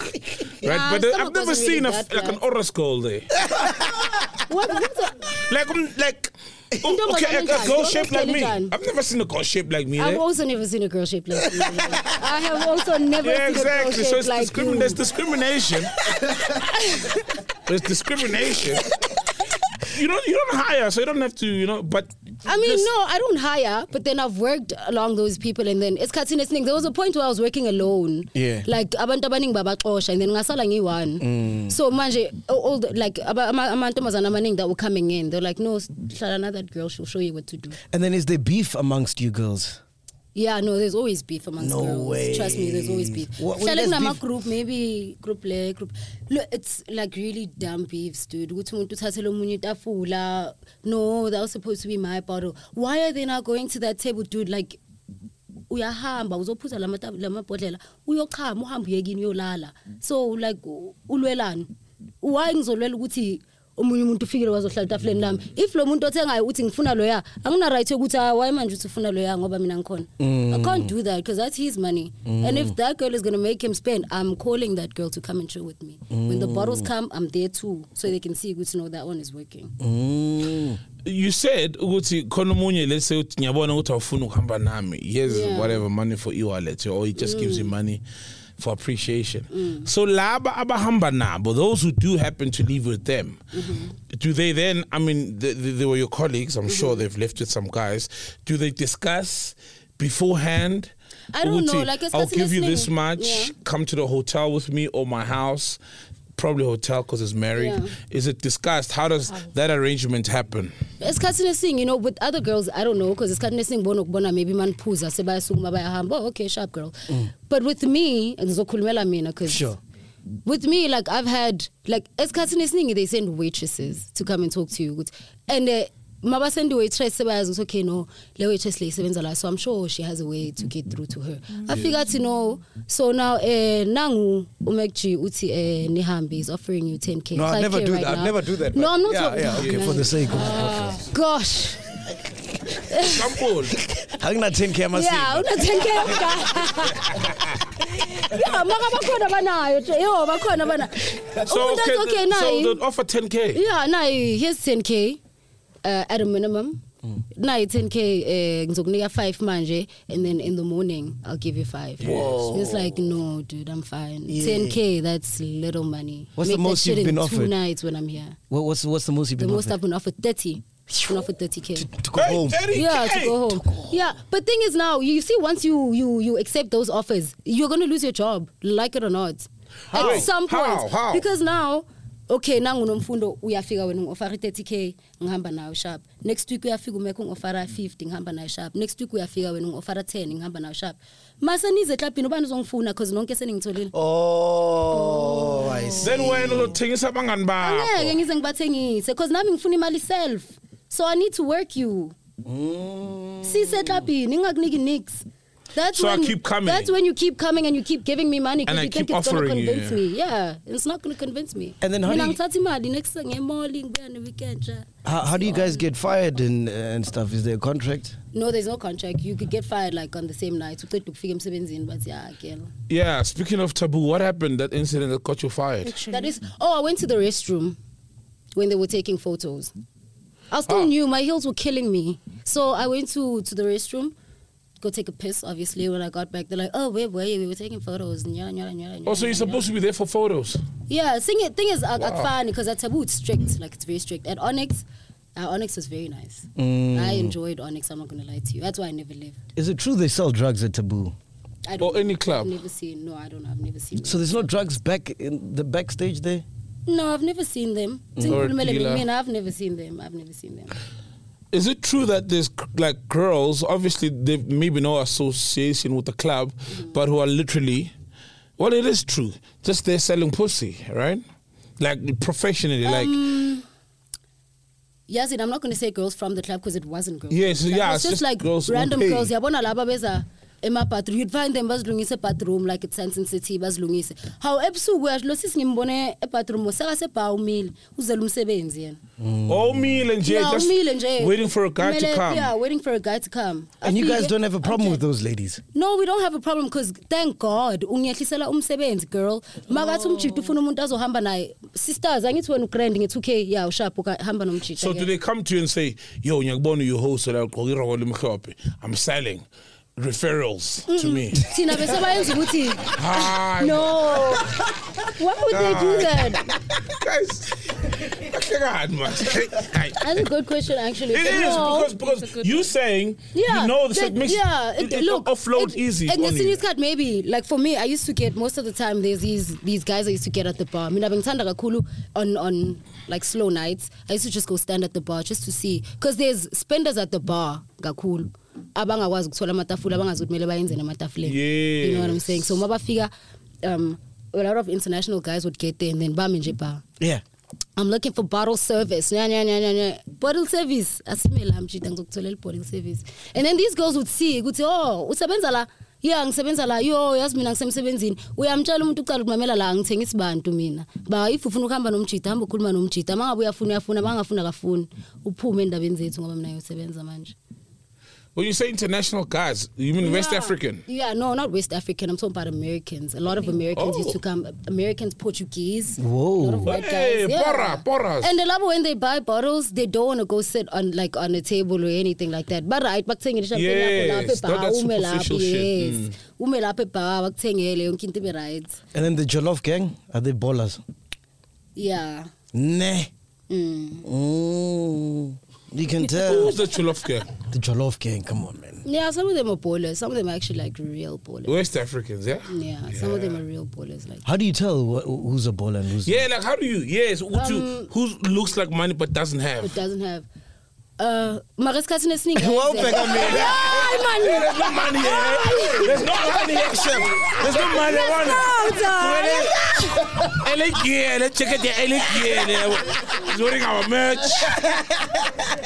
right? Nah, but the- stomach I've never wasn't seen really a f that like an Oris girl there. What? what's a- like um, like oh, Intombi okay, a, a kanjani? girl Intombi shaped like me. kanjani? I've never seen a girl shaped like me. I've there. also never seen a girl shaped like you. I have also never Yeah, seen a exactly. girl So shaped it's like discrimin- you. there's discrimination. there's discrimination. You don't you don't hire, so you don't have to, you know, but I mean, this- no, I don't hire, but then I've worked along those people, and then it's cutting thing. There was a point where I was working alone. Yeah. Like abantu abaningi babaxosha, and then ngasala ngiyi-one. Mm. So manje, all- all the, like aba- ama- amantombazana amaningi that were coming in, they're like, no, hlala na that girl, she'll show you what to do. And then is there beef amongst you girls? Yeah, no, there's always beef amongst No girls. way. Trust me, there's always beef. What- what- Hlala there's kunama beef? group, maybe group le group. Look, it's like really dumb beefs, dude. Ukuthi umuntu uthathe lo munye itafula. No, that was supposed to be my bottle. Why are they not going to that table, dude? Like uyahamba uzophuza la mata- la mabhodlela uyochama uhambe uyekini uyolala so like u- ulwelani why ngizolwela ukuthi omunye umuntu ufikile wazohlala etafuleni lami if lo muntu othengayo uthi ngifuna loya anginaright yokuthi ah, why manje uthi ufuna loya ngoba mina ngikhona Mm. i can't do that because that's his money Mm. and if that girl is going to make him spend i'm calling that girl to come and chill with me when the Mm. bottles come i'm there too so they can see ukuthi no that one is working Mm. you said ukuthi khona omunye let's say uthi ngiyabona ukuthi awufuni ukuhamba nami here's Yeah. whatever money for e-wallet or he just gives you money for appreciation Mm. so laba abahamba nabo those who do happen to live with them Mm-hmm. do they then i mean they, they, they were your colleagues i'm sure they've left with some guys do they discuss beforehand I don't know, ukuthi, like, it's i'll give you listening. this much Yeah. come to the hotel with me or my house probably hotel because it's married Yeah. is it discussed how does that arrangement happen esikhathini esiningi you know with other girls i don't know because esikhathini esiningi bona ukubona maybe maniphuza sebayasukuma bayahamba oh, okay sharp girl but with me ngizokhulumela mina cause Mm. Sure. with me like i've had like esikhathini esiningi they send waitresses to come and talk to you ukuthi and uh, mabasend i-waitress sebayazi ukuthi okay no le waitress le isebenza la so i'm sure she has a way to get through to her Mm. afika athi no so now eh nangu umac g uthi eh nihambe is offering you 10k No, I'd never 5K do right that. I'd now. never do that, no but- i'm not Yeah, talking yeah, okay, for the sake of the gosh How can I take care of yeah myself? unathenkela ya maka bakhona banayo yo bakhona bana So, umuntu athi Oh, so okay nayi they'd offer 10k. yeah nayi here's 10k uh, at a minimum Mm. na i 10k eh, ngizokunika 5 manje and then in the morning i'll give you 5 Whoa. it's like no dude i'm fine Yeah. 10k that's little money What's the Make most that shit you've in been two offered? nights when i'm here What, what's what's the most you've the been most offered? I've been offered 30. I've been offered 30k. To, go Hey, home. 30K? Yeah, to go home. Yeah, but thing is now, you see, once you you you accept those offers, you're gonna lose your job, like it or not. How? At some point, How? How? because now. okay nangu nomfundo uyafika wena ungi-ofara i-30 k ngihamba nayo sharp next week uyafika umekho ungi-ofara 50 ngihamba nayo sharp next week uyafika wena ungi-ofara 10 ngihamba nayo sharp mase nize eklabhini ubani uzongifuna cause nonke seningitholile oh I then wena uzothengisa abangani bakho angeke ngize ngibathengise cause nami ngifuna imali self so i need to work you siseklabhini ingakuniki nix That's Mm. So I when, keep coming. That's when you keep coming and you keep giving me money And because I you think keep it's going to offering you, convince yeah. me. Yeah, it's not going to convince me. And then how Mina do you- ngithatha imali next ngemall ngibuya ne-weekend ja. How, how do you guys get fired and and stuff? Is there a contract? No, there's no contract. You could get fired like on the same night. Uqeda ukufika emsebenzini but yeah, girl. yeah speaking of taboo what happened that incident that got you fired That is. Oh, I went to the restroom when they were taking photos. I was Ah. still new. My heels were killing me, so I went to to the restroom, go take a piss. Obviously, when I got back, they're like, "Oh, where were you? We were taking photos." Nyala, nyala, nyala, oh so you're nyala, nyala. supposed to be there for photos Yeah, thing i- thing is, I Wow. got fine because at Taboo it's strict, like it's very strict. At Onyx, uh, Onyx was very nice. Mm. I enjoyed Onyx. I'm not gonna lie to you. That's why I never left. Is it true they sell drugs at Taboo? I don't, Or Oh, any club? I've never seen. No, I don't. I've never seen. So there's no drugs back in the backstage there. No, I've never seen them. Mm. Or Think- dealer. I mean, I've never seen them. I've never seen them. Is it true that there's c- like girls, obviously they maybe no association with the club, Mm-hmm. but who are literally, well, it is true, just they're selling pussy, right? Like professionally, like Um, yes, and I'm not going to say girls from the club because it wasn't girls. Yes, from the club. yeah, It was it's just, just like girls who random pay. girls. Yabona laba beza ema bathroom. You'd find them bazilungisa bathroom like at Sandton City bazilungise. How ebusuku yasho sisi ngimbone e bathroom usaka sepa umile uzela umsebenzi yena. oh meal and Um, Yeah, just umile nje. waiting for a guy to Kumele- come. Yeah, waiting for a guy to come. And you guys Afike- don't have a problem with those ladies. No, we don't have a problem because thank God ungiyehlisela umsebenzi girl. Makathi umjito ufuna umuntu azohamba naye. Sisters, angithi wena ugrand nge2K yeah usharp uhamba nomjito. So do they come to you and say, "Yo, ngiyakubona you host la ugqoke iroko elimhlophe. I'm selling referrals to Mm-hmm. me." thina bese bayenza ukuthi Hayi. no why would they do that Guys, kahlekani manje. Hayi. that's a good question actually It is because because you saying you know this it makes yeah, it, it look, offload it- easy. And on ngesinye you. isikhathi maybe like for me, I used to get most of the time there's these these guys I used to get at the bar. Mina bengithanda kakhulu on on like slow nights. I used to just go stand at the bar just to see because there's spenders at the bar kakhulu abangakwazi ukuthola amatafula abangazi ukuthi kumele bayenze namatafuleni. You know what I'm Yes. saying? So mabafika um a lot of international guys would get there and then bami nje bar. Yeah. I'm looking for bottle service. Nya, nya, nya, nya, nya. Bottle service. Asimela mjita ngizokutholela bottle service. And then these girls would see ukuthi oh usebenza la. Yeah, ngisebenza la. Yo, yazi mina ngisemsebenzini. Uyamtshela umuntu ucala ukumamela la ngithenga isibantu mina. Ba if ufuna ukuhamba nomjita hamba ukhuluma nomjita. Mangabe uyafuna uyafuna, bangafuna kafuni. Uphume endabeni zethu ngoba mina ngiyosebenza manje. When you say international guys, you mean West Yeah. African? Yeah, no, not West African. I'm talking about Americans. A lot of Americans used to Oh. come. Americans, Portuguese. Whoa. white Hey, guys, yeah. porra, porras. And a lot of when they buy bottles, they don't want to go sit on like on a table or anything like that. But right, bakuthengele champagne yakho lapha Yes, not ebar, that ume superficial lapha, shit. Mm. yes. Ume lapha ebar, bakuthengele yonke into ibe right. And then the Jollof gang are they ballers? Yeah. Nah. Mm. Mm. You can tell. Who's the Cholof gang? The Jollof gang. Come on, man. Yeah, some of them are ballers. Some of them are actually like real ballers. West Africans, yeah. Yeah, some of them are real ballers. Like How do you tell wh- who's a baller and who's? Yeah, like how do you? Yes, who, to, Um, who looks like money but doesn't it have? doesn't have. Uh, mara esikhathini esiningi Wawubheka mina. Hayi, man. There's no money here. There's no money here, chef. There's no money. Let's Elegant, let's check it. Elegant. He's wearing our merch.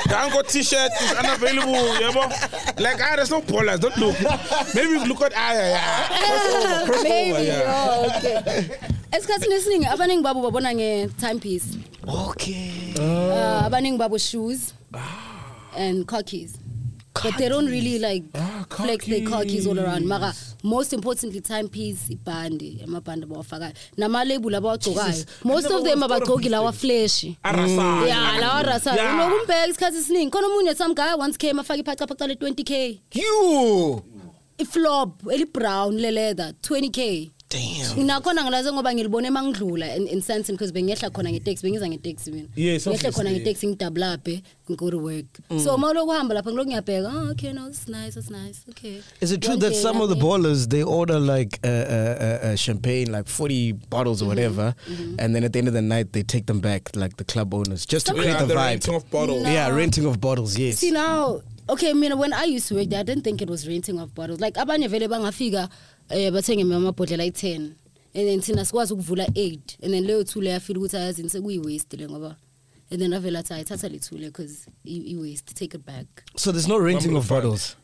The uncle T-shirt is unavailable. You know? Like ah, there's no ballers. Don't look. Maybe look at ah, yeah, yeah. Cross over, cross over, maybe yeah. oh, okay esikhathini esiningi abaningi babo babona nge-timepiece Okay. Oh. Ah. uh, abaningi babo shoes and cockies but they don't really like flex their car keys all around mara most importantly timepiece ibhandi amabhandi abawafakayo namalebuli abawagcokayo Jesus, I most never of them thought of abagcoki lawa fleshi Arasayo. ya lawa rasayo Yeah. unokumbheka isikhathi esiningi khona omunye some guy once came afake iphacaphaca le-20 k you iflop elibrown leleather 20 k Damn. nakhona ngilaze ngoba ngilibone uma ngidlula en- in sanson because bengiyehla khona ngeteksi bengiza ngeteksi mina Yes, ngehle khona obviously. ngeteksi ngidabulaphe ngi-work Mm. so uma lokuhamba lapha ngilokhu ngiyabheka oh, okay no it's nice it's nice okay Is it true One that day, some of the another ballers they order like uh, uh, uh, uh, champagne, like forty bottles Mm-hmm. or whatever, and then at the end of the night they take them back, like the club owners, just to Some- create Yeah, the, the vibe. renting of bottles. Yeah, No. renting of bottles. day. Yes. see now okay mina when i used to work there i didn't think it was renting of bottles like abanye vele bangafika um bathenge mina amabhodlela ayi-10 and then thina sikwazi ukuvula 8 and then leyo two leyo afile ukuthi ayazini sekuyi-waste le ngoba and then avele athi ayithatha le two le because i-waste take it back So there's no renting of bottles.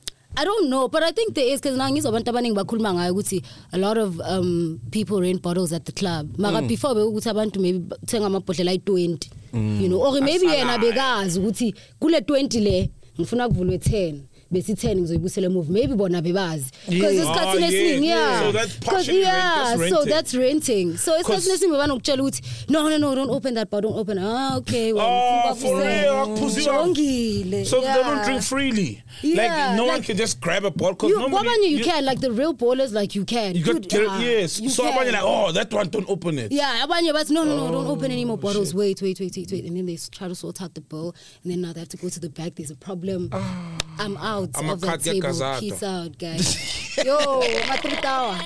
I don't know, but I think there is because now ngizwa abantu abaningi bakhuluma ngayo ukuthi a lot of um, people rent bottles at the club. Maka Mm. before bekuthi abantu maybe bathenga amabhodlela ayi-20. Mm. You know, or maybe That's a yena lie. bekazi ukuthi kule 20 le ngifuna kuvulwe 10 bese 10 ngizoyibusela emuva maybe bona bebazi because Yeah. esikhathini Oh, yeah. esiningi yeah So that's 'Cause, partially rent- yeah that's so renting. that's renting so 'Cause- esikhathini esiningi bebanokutshela ukuthi no no no don't open that bar don't open ah okay well, Oh, ngifuna for real, ukwakusela. akuphuziwa. Jongile, So they yeah. don't drink freely. Yeah, like no one like- can just grab a bottle. 'cause You, normally kwabanye you, can like the real ballers like you can. You got Dude, get- ah, yes. you so can. abanye like, oh, that one don't open it. Yeah, abanye but no no no don't open any more bottles. Wait wait wait wait wait and then they s- try to sort out the bill and then now they have to go to the back. There's a problem. Ah, I'm out I'ma of that cut your table. gazato. Peace out, guys. Yo, matritawa.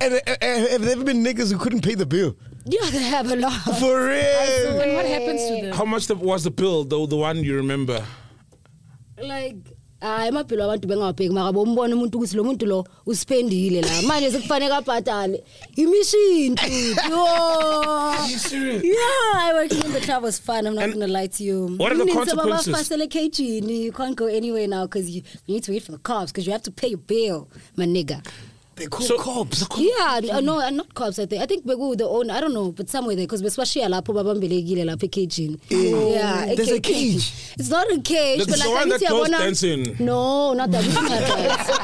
And uh, uh, have there ever been niggas who couldn't pay the bill? Yeah, they have a lot. For real. And what happens to them? How much the, was the bill though? The one you remember? Like hayi amabhelo abantu bengawabheki maka bombona umuntu ukuthi lo muntu lo usiphendile la manje sekufanele abhatale imishinto serious? yeah i working in the club was fun i'm not going to lie to you what are the Evenings consequences? abafasele ekhejini you can't go anywhere now because you, you need to wait for the cops because you have to pay your bill my nigga They call cops. yeah n- no uh, not cops i think i think beku the owner i don't know but somewhere there because besibashiya lapho babambelekile lapho ekhejini Eh, yeah there's a ekhejini. it's not a cage That's but the like one that angithi goes yabona- dancing. no not that we didn't have that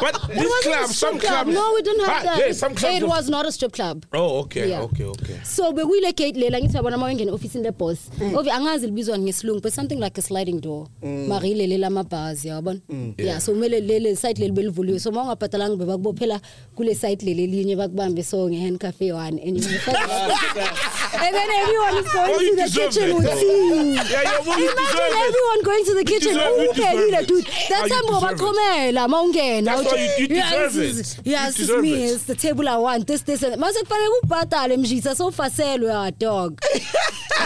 But It this wasn't a club, some strip club. club. no we didn't have Ah, that yeah, some clubs it have- was not a strip club Oh, okay, Yeah. okay, okay. so bekuyile gate lela ngithi yabona uma wengena office le boss ovi angazi libizwa ngesilungu but something like a sliding door Mm. mara ilele lamabhasi yabona Mm. yeah Yeah. so kumele lele site leli belivuliwe so uma ungabhatalanga bebakubophela kule site leli elinye bakubambe so nge-handcaf eyi-one and you- And then everyone is going Oh, you to the deserve kitchen it, with though. tea. Yeah, yeah, well, you Imagine deserve it. everyone going to You the kitchen. deserve it, you deserve Uphelile, it. dude. Oh, That's you time deserve it. ngobaxhomela mawungena. That's why you- you Yeah, deserve this is- it. Yeah, You this is deserve me. it. It's the table I want. This this and mase kufanele ubhatale mjisa sowufaselwe ah dog.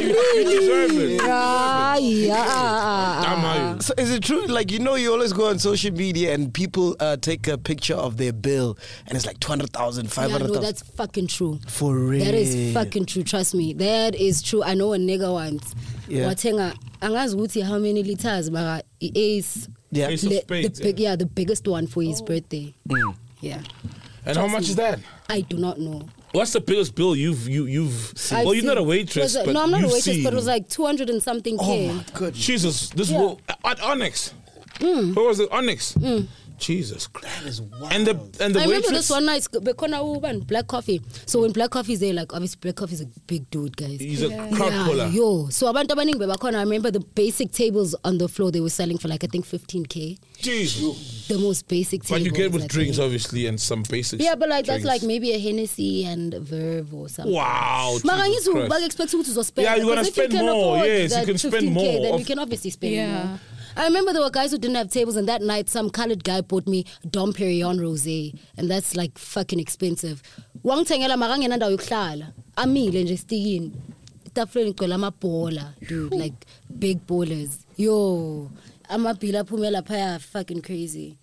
Really? Hayi, ah, ah, ah, ah. So is it true? Like you know, you always go on social media and people uh, take a picture of their bill, and it's like 200,000, Yeah, no, 500,000. that's fucking true. For real. That is fucking true. Trust me. That is true. I know a nigga once. Yeah. Watenga, angazi ukuthi how many liters, but ace. Yeah. Ace of Le- spades, the big, yeah. the biggest one for his birthday. Mm. Yeah. And how much is that? I do not know. What's the biggest bill you've you you've? I've well, you're not a seen- waitress. Was it- but no, I'm not a you've waitress, seen. but it was like 200 and something Oh, K. Jesus, this Yeah. Mm. will at Onyx. What was it? Onyx. Jesus Christ. That is wild. And the and the I remember waitress. this one night, Bekona Uban, Black Coffee. So when Black Coffee is there, like obviously Black Coffee is a big dude, guys. He's a Yeah. crowd puller. Yo, so abantu abaningi bebakhona. I remember the basic tables on the floor they were selling for like I think 15k. Jesus. The most basic But tables. you get I with drinks, think. obviously, and some basics. Yeah, but like that's drinks. like maybe a Hennessy and a Verve or something. Wow, Mara Oh, Jesus ngithi Christ. bak- expect ukuthi uzospend. Yeah, you're gonna Because if you spend can more. afford Yes, you that can spend 15K, more. Then you Of- can obviously spend Yeah. more. I remember there were guys who didn't have tables, and that night some colored guy bought me Dom Perignon Rosé, and that's like fucking expensive. Wangithengela mara ngenandawo yokuhlala. Amile nje stikini. Itafuleni igcwele amabhola, dude, like big ballers. Yo, amabhila aphume laphaya fucking crazy.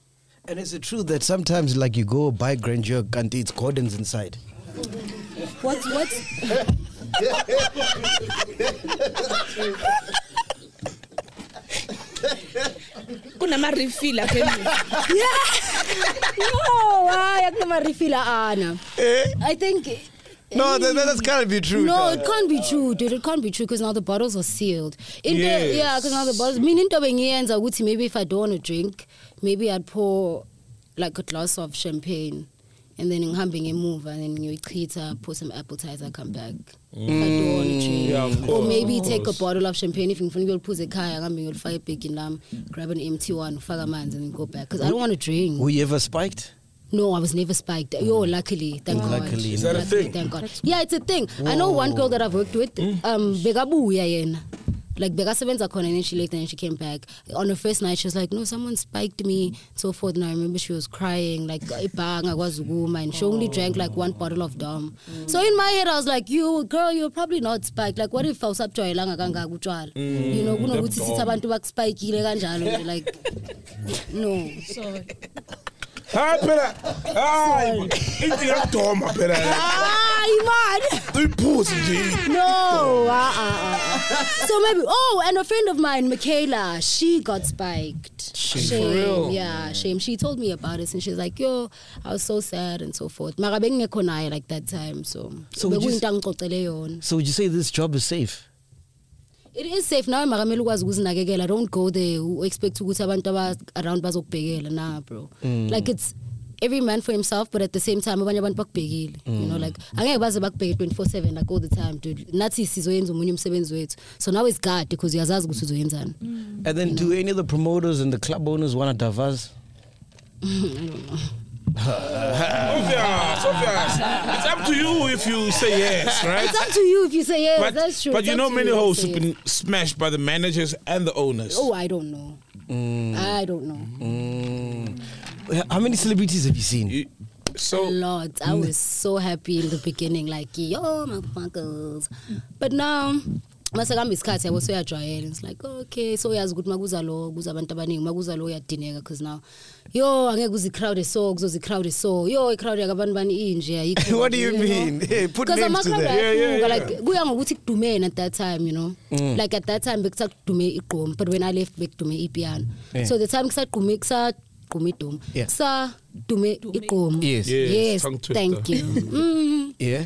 And is it true that sometimes like you go buy grandeur, and it's Gordon's inside? Mm-hmm. What? What? kunama-refila Yeah. no hayi akunamarifila ana i think No, that, that's gotta be true. No, dog. it can't be true, dude. It can't be true because now the bottles are sealed. Into, Yes. Yeah, because now the bottles. Meaning, into bengiyenza ukuthi maybe if I don't want to drink, maybe I'd pour like a glass of champagne, and then ngihambe ngemove, and then ngiyoyichitha, pour some appetizer, come back. Mm, yeah, of Or course, maybe of take a course. bottle of champagne if ngifuna ukuyoliphuza ekhaya, ngihambe ngiyolifaka ebhegini lami, grab an empty one, ufake amanzi, and then go back because I don't want to drink. Were you ever spiked? No, I was never spiked. Yo, luckily, thank God. Mm. Luckily, Is that a Luckily, thing? Mm. Thank God. Yeah, it's a thing. I know one girl that I've worked with. Um, bekabuya yena. Like bekasebenza khona and then she left and then she came back. On her first night, she was like, "No, someone spiked me." So forth. And I remember she was crying, like ibanga kwazukuma, and she Oh. only drank like one bottle of dom. Mm. So in my head, I was like, "You girl, you're probably not spiked. Like, what if I was up to ilanga kangaka utshwala? You know, Mm, kunokuthi the sithi dom. abantu bakuspikeile kanjalo nje, like, no." So Hayi phela. Hayi. Into yakudoma phela. Hayi man. Uyiphuzi nje. No, uh, so maybe. Oh, and a friend of mine, Michaela, she got spiked. Shame. For real? Yeah, shame. She told me about it, and she's like, "Yo, I was so sad and so forth." Mara bengekho naye like that time, so. So would you s- bekuyinto angixoxele yona. So would you say this job is safe? It is safe now. Mara mele ukwazi ukuzinakekela. Don't go there. u- Expect ukuthi abantu aba around bazokubhekela, nah, bro. Mm. Like it's. Every man for himself, but at the same time, abanye abantu bakubhekile. You know, Mm. like angeke baze bakubheke 24/7 like all the time, dude. Nathi sizoyenza omunye umsebenzi wethu. So now it's God because uyazazi ukuthi uzoyenzani. And then do any of the promoters and the club owners want to divers? I don't know. Obvious, obvious. It's up to you if you say yes, right? It's up to you if you say yes. But, that's true. but It's you up know, to many if you hoes say have yes. been smashed by the managers and the owners. Oh, I don't know. I don't know. Mm. How many celebrities have you seen? So a lot. I mm. was so happy in the beginning, like yo, motherfuckers. But now. mase kuhamba isikhathi yabo soyajwayela it's like okay so uyazi ukuthi makuza lo kuza abantu abaningi makuza lo uyadineka because now yo angeke uze i-crowd so kuzoze i-crowd so yo i-crowd yakabantu bani inje ayikho What do you know? mean? Hey, put Because names to ama-crowd that. Yeah, yeah, ayahluka, yeah. like kuya ngokuthi kudumeni at that time you know Mm. like at that time bekusakudume igqomu but when i left bekudume ipiano Yeah. so the time kusagqume kusagqume idumo Yeah. kusadume igqomu Yes. Yes, yes tongue twister. Mm. thank you Mhm. Yeah.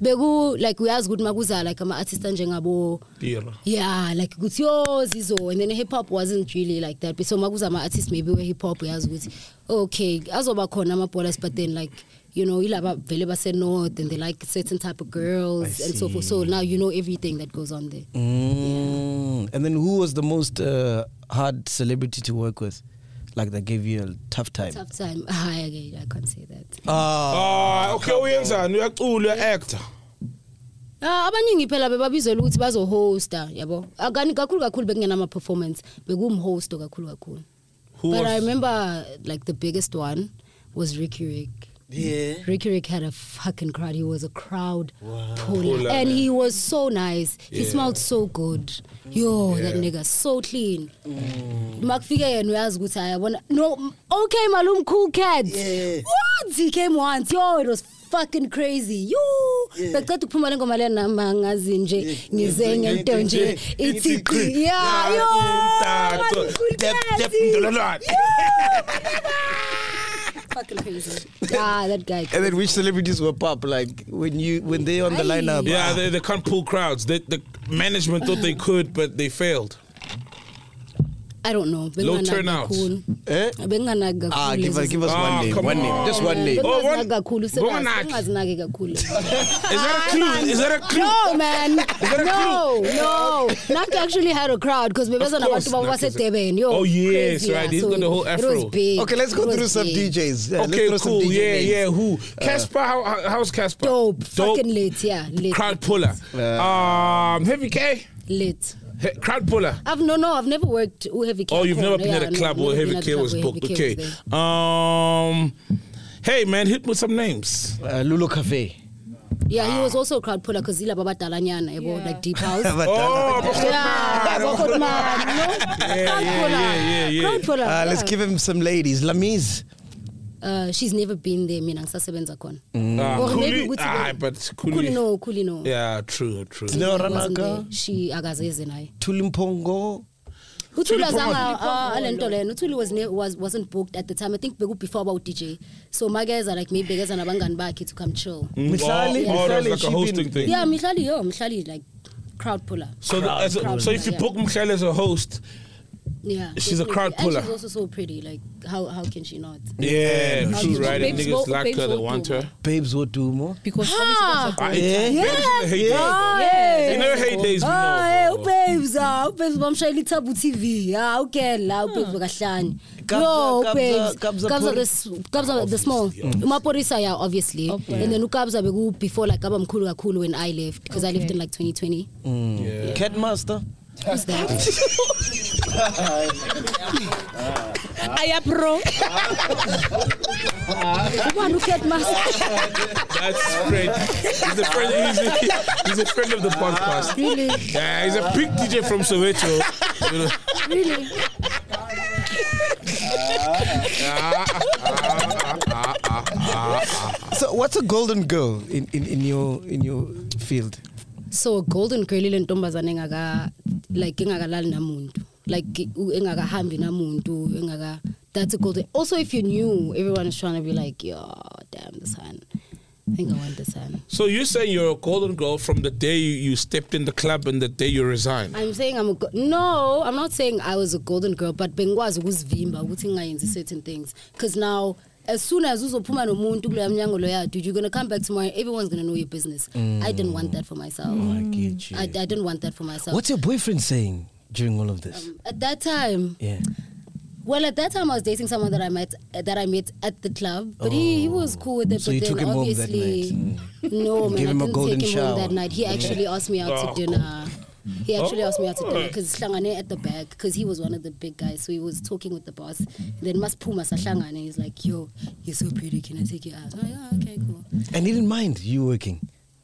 beku like uyazi ukuthi makuza like ama-artist anjengabo Dear. yeah like ukuthi yo zizo and then hip hop wasn't really like that but so makuza ama-artist maybe we-hip hop uyazi ukuthi okay azoba khona ama-ballers but then like you know yilaba vele base-north and they like certain type of girls I and so forth see. so now you know everything that goes on there Mm. And then who was the most uh, hard celebrity to work with? Like that gave you a tough time. tough time Hi, okay, i can't say that Ah, okay, uyenzani? Uyacula, uya-actor. Ah abaningi phela bebabizelwe ukuthi bazohosta yabo akani kakhulu kakhulu bekungenama-performance bekumhosto kakhulu kakhulu Who but I was- remember like the biggest one was Ricky Rick Yeah. Ricky Rick had a fucking crowd he was a crowd Wow. puller Puller, and man. he was so nice he Yeah. smelled so good yo that Yeah. Mm. nigga so clean makufike yena uyazi ukuthi hayi yabona no m- okay malum cool cat what he came once yo it was fucking crazy you beceda ukuphuma le ngoma lena mangazi nje ngize ngento nje ithi qi yeah yo Tato. Dep, dep, ndololwane. fucking crazy ah that guy And then which celebrities were pop? Like when you when they on the lineup? Yeah, they, they can't pull crowds. They, the management thought they could, but they failed. I don't know Low Benginganaki turnout. kakhulu. Benginganaki kakhulu Ah, give us- lezo give us one zinto. Ah, name, come one name, on. just one name. Oh, one- Bengingazinaki kakhulu Benginganaki. sengazinaki kakhulu Is that Ah, a clue? Is that a clue? no man that a no clue? no Naki actually had a crowd because bebeza Of course, nabantu babo Naki is a- basedurban yo Oh, yes, crazy, right. yeah. He's So got the whole it- it afro. was big. Okay, let's go It was through some big. DJs. Uh, okay, let's throw cool. Some DJ yeah, names. yeah. Who? Uh, Casper. How, how- how's Casper? Dope. Dope. fucking lit yeah lit Crowd puller. um, Heavy K. Lit. He- crowd puller. I've no no I've never worked with heavy K Oh, you've Corner. never been Yeah, at a no, club I've where never been Heavy at a K club was where booked. Heavy K Okay. was there. Um, hey man, hit with some names. Uh, Lulu Cafe. Yeah, he Ah. was also a crowd puller because Zila Baba Talanyana, yabo, like deep house. Abadala. Oh, Abakhothmane. yeah, Abakhothmane, no? Crowd puller. Crowd puller, Ah, Uh, let's yeah. give him some ladies. Lamiz. Uh, she's never been there, mina ngisasebenza khona. Ah, Or maybe Cooley? ukuthi- Ah, but Cooley. Cooley no, Cooley no. Yeah, true, true. Wasn't there. She akazeze naye. Tulimpongo. uthuli Thuli azanga promoted. uh, lento lena uthuli was ne- was wasn't booked at the time i think beku before about dj so makeza like maybe bekeza nabangani bakhe to come chill Mm, Mihlali- oh, oh, that's Mihlali, like a she hosting been- thing. yeah mihlali yo mihlali like crowd puller So, the, as a, Crowd so if you puller, book Michelle as a host, yeah she's a definitely. crowd And puller. she's also so pretty like how how can she not yeah, How true, can right? she And not? niggas like her, they want her. Babes will do more. Because Ah. Ah, it's- Yeah. babes in the heyday. Yeah. In her heydays, we know. Ah, Oh, eh, ubabes ah ubabes bamshayela ithabu TV ah okay la ubabes bakahlani yo ubabes Kabza kabza Puri. the s- kabza the small umaporisa yeah obviously and then ukabza beku before like aba mkhulu kakhulu when I left because I left in like 2020 Mm. Cat Master. Who's that? Aya bro. Ubani ucat master? That's Fred. He's a friend. He's a, he's a friend of the podcast. Really? Yeah, he's a big DJ from Soweto. You know. Really? So what's a golden girl in, in, in your in your field? so golden girl ile ntombazane engaka like engakalali namuntu like u- engakahambi namuntu engaka that's a golden also if you're new everyone is trying to be like yo damn this hand I think I want this hand So you're saying you're a golden girl from the day you, you stepped in the club and the day you resigned. I'm saying I'm a go- no, I'm not saying I was a golden girl, but bengikwazi ukuzivimba ukuthi ngingayenzi certain things because now as soon as uzophuma nomuntu kuleya mnyango loya dude you're gonna come back tomorrow everyone's gonna know your business I didn't want that for myself Mm, I get you. I, I didn't want that for myself What's your boyfriend saying during all of this? at that time yeah. Well, at that time, I was dating someone that I met that I met at the club, but he, he was cool with it. Oh. So but you then took him home that Mm. obviously, Mm. no, You man, gave I him a didn't golden take him shower. home that night. He actually asked me out Oh, to dinner. He actually asked me out to dinner Oh. because Slangane at the back because he was one of the big guys, so he was talking with the boss. then Mas Puma Slangane, he's like, "Yo, you're so pretty. Can I take you out?" I'm like, "Ah, okay, cool. And he didn't mind you working.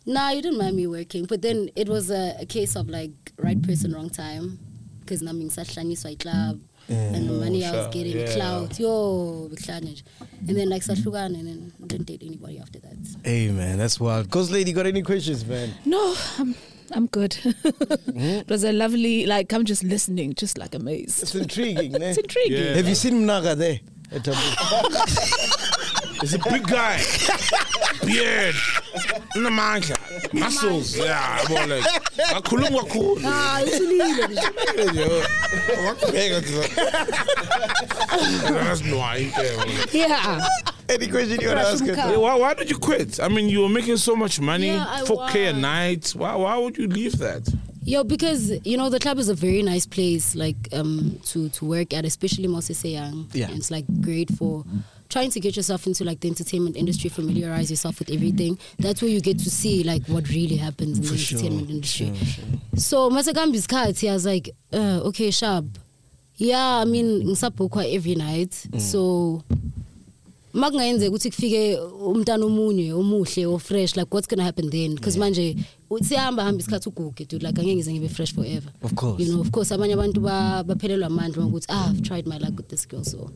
Nah, you didn't mind me working, but then it was a, a case of like right person, wrong time. Because now I'm such a club, and the money I was Oh, Sure, getting, yeah. clout, yo, biklanage. and then like Sashugan, and then I didn't date anybody after that. Hey man, that's wild. Ghost lady, got any questions, man? No, I'm, I'm good. Mm-hmm. it was a lovely, like, I'm just listening, just like amazed. It's intriguing, man. it's intriguing. Have you seen Mnaga there? At Ah, Tabu? He's a big guy, beard, in the man, muscles. Yeah, I'm all like, "Akhulungwa khulu." Ah, it's illegal. Yo, wakubheka nje. That's why. Yeah. Any question you want to Yeah, ask? her? Why, why did you quit? I mean, you were making so much money, Yeah, I 4K a night. Why, why would you leave that? Yo, because you know the club is a very nice place, like um, to to work at, especially Mosese Young. Yeah. it's like great for trying to get yourself into like the entertainment industry, familiarize yourself with everything. That's where you get to see like what really happens in the entertainment industry. So Masagambi's cut, he was like, uh, okay, Shab. Yeah, I mean, ngisabhukhwa every night. Mm. So makungayenzeka ukuthi kufike umntana omunye omuhle ofresh like what's gonna happen then because manje u- siyahamba hamba isikhathi uguge dude like angeke ngize ngibe fresh forever Of course. you know of course abanye abantu ba- baphelelwa amandla ngokuthi ah i've tried my luck with this girl so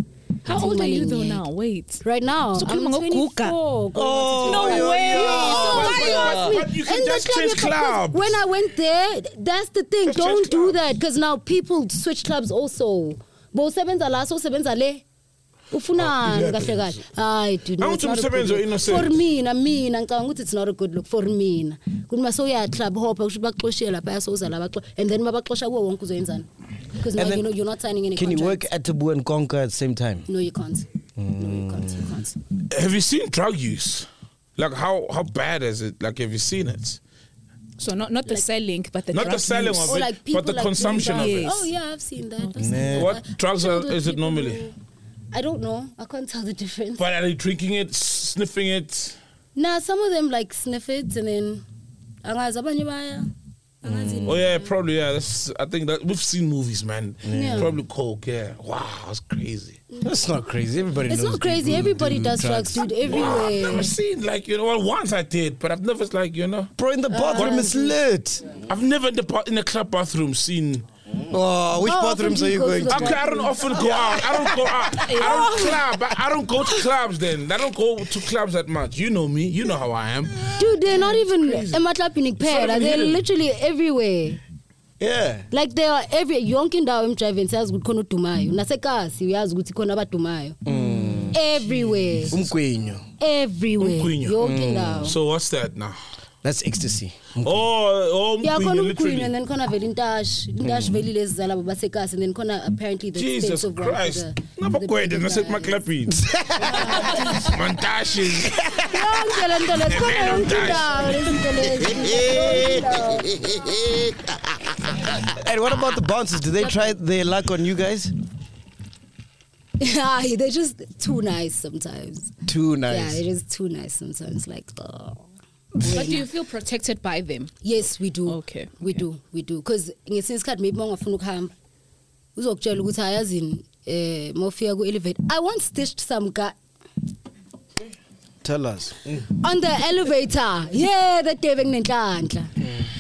How old are you though now? Wait. Right now, So I'm khuluma ngokuguga. 24. going Oh, on to no 25. way. Yeah, so But- why you ask me? but you can And just that's change like- because clubs. When I went there, that's the thing. Don't do that because now people switch clubs also. bowusebenza la sowusebenza le Ah, ufunani it kahle kahle hayi dude, no, Awuthi it's not a good umsebenzi look. innocent. for mina mina ngicabanga ukuthi it's not a good look for mina kuthi masewuya club hopha kusho bakuxoshiye lapha yasowuza la baxo and then mabaxosha kuwo wonke uzoyenzani because now And then- you know, you're not signing any Can you contract work at Tabu and Conquer at the same time? no you can't no you can't you can't Have you seen drug use? Like how how bad is it? Like have you seen it? So not not the selling, but the Not the drug selling use. of it, Or like but people the like consumption doing of drugs. it. Oh yeah, I've seen that. I've seen Nah. that. What drugs I've are, traveled is with it normally? people who- I don't know. I can't tell the difference. But are they drinking it, sniffing it? Mm. nah, some of them like sniff it and then angazi abanye baya. Mm. Oh yeah, probably yeah. That's I think that we've seen movies, man. Yeah. Probably coke. Yeah. Wow, that's crazy. Mm. That's not crazy. Everybody It's knows not crazy. people Everybody do does drugs. drugs, dude, Wow, I've everywhere. never seen like you know. Well, once I did, but I've never like you know. Bro, in the bathroom Ah. is lit. I've never in the ba- in the club bathroom seen. Oh, which How often bathrooms do you are you go to going the to? Okay, I don't often go out. I don't go out. I don't Yeah. club. I, I don't go to clubs. Then I don't go to clubs that much. You know me. You know how I am. Dude, they're not even ematlapini not kuphela. even They're hidden. literally everywhere. Yeah. like they are every yonke indawo emjiveni siyazi ukuthi khona odumayo nasekasi uyazi ukuthi khona abadumayo Mm. everywhere umgwinyo everywhere yonke indawo Mm. So what's that now? That's ecstasy. Oh, oh, uyakhona umgwinyo, umgwinyo and literally. Mm. then khona vele intashi intashi vele lezi zalabo basekasi and then khona apparently the Jesus states of right Christ. to Nabagwede nasekumaklabhini. Montages. the- yonke le nto lezi khona yonke indawo lezinto lezi And what about the bouncers? Do they try their luck on you guys? Ay, they're just too nice sometimes Too yeah nice. they're just too nice sometimes like oh. But do you feel protected by them? Yes, we do. Okay. we do we do because ngesinye isikhathi maybe mawungafuna ukuhamba uzokutshela ukuthi hayi azini eh mawufika ku elevator i once stitched some guy Tell us. on the elevator yeah that day benginenhlanhla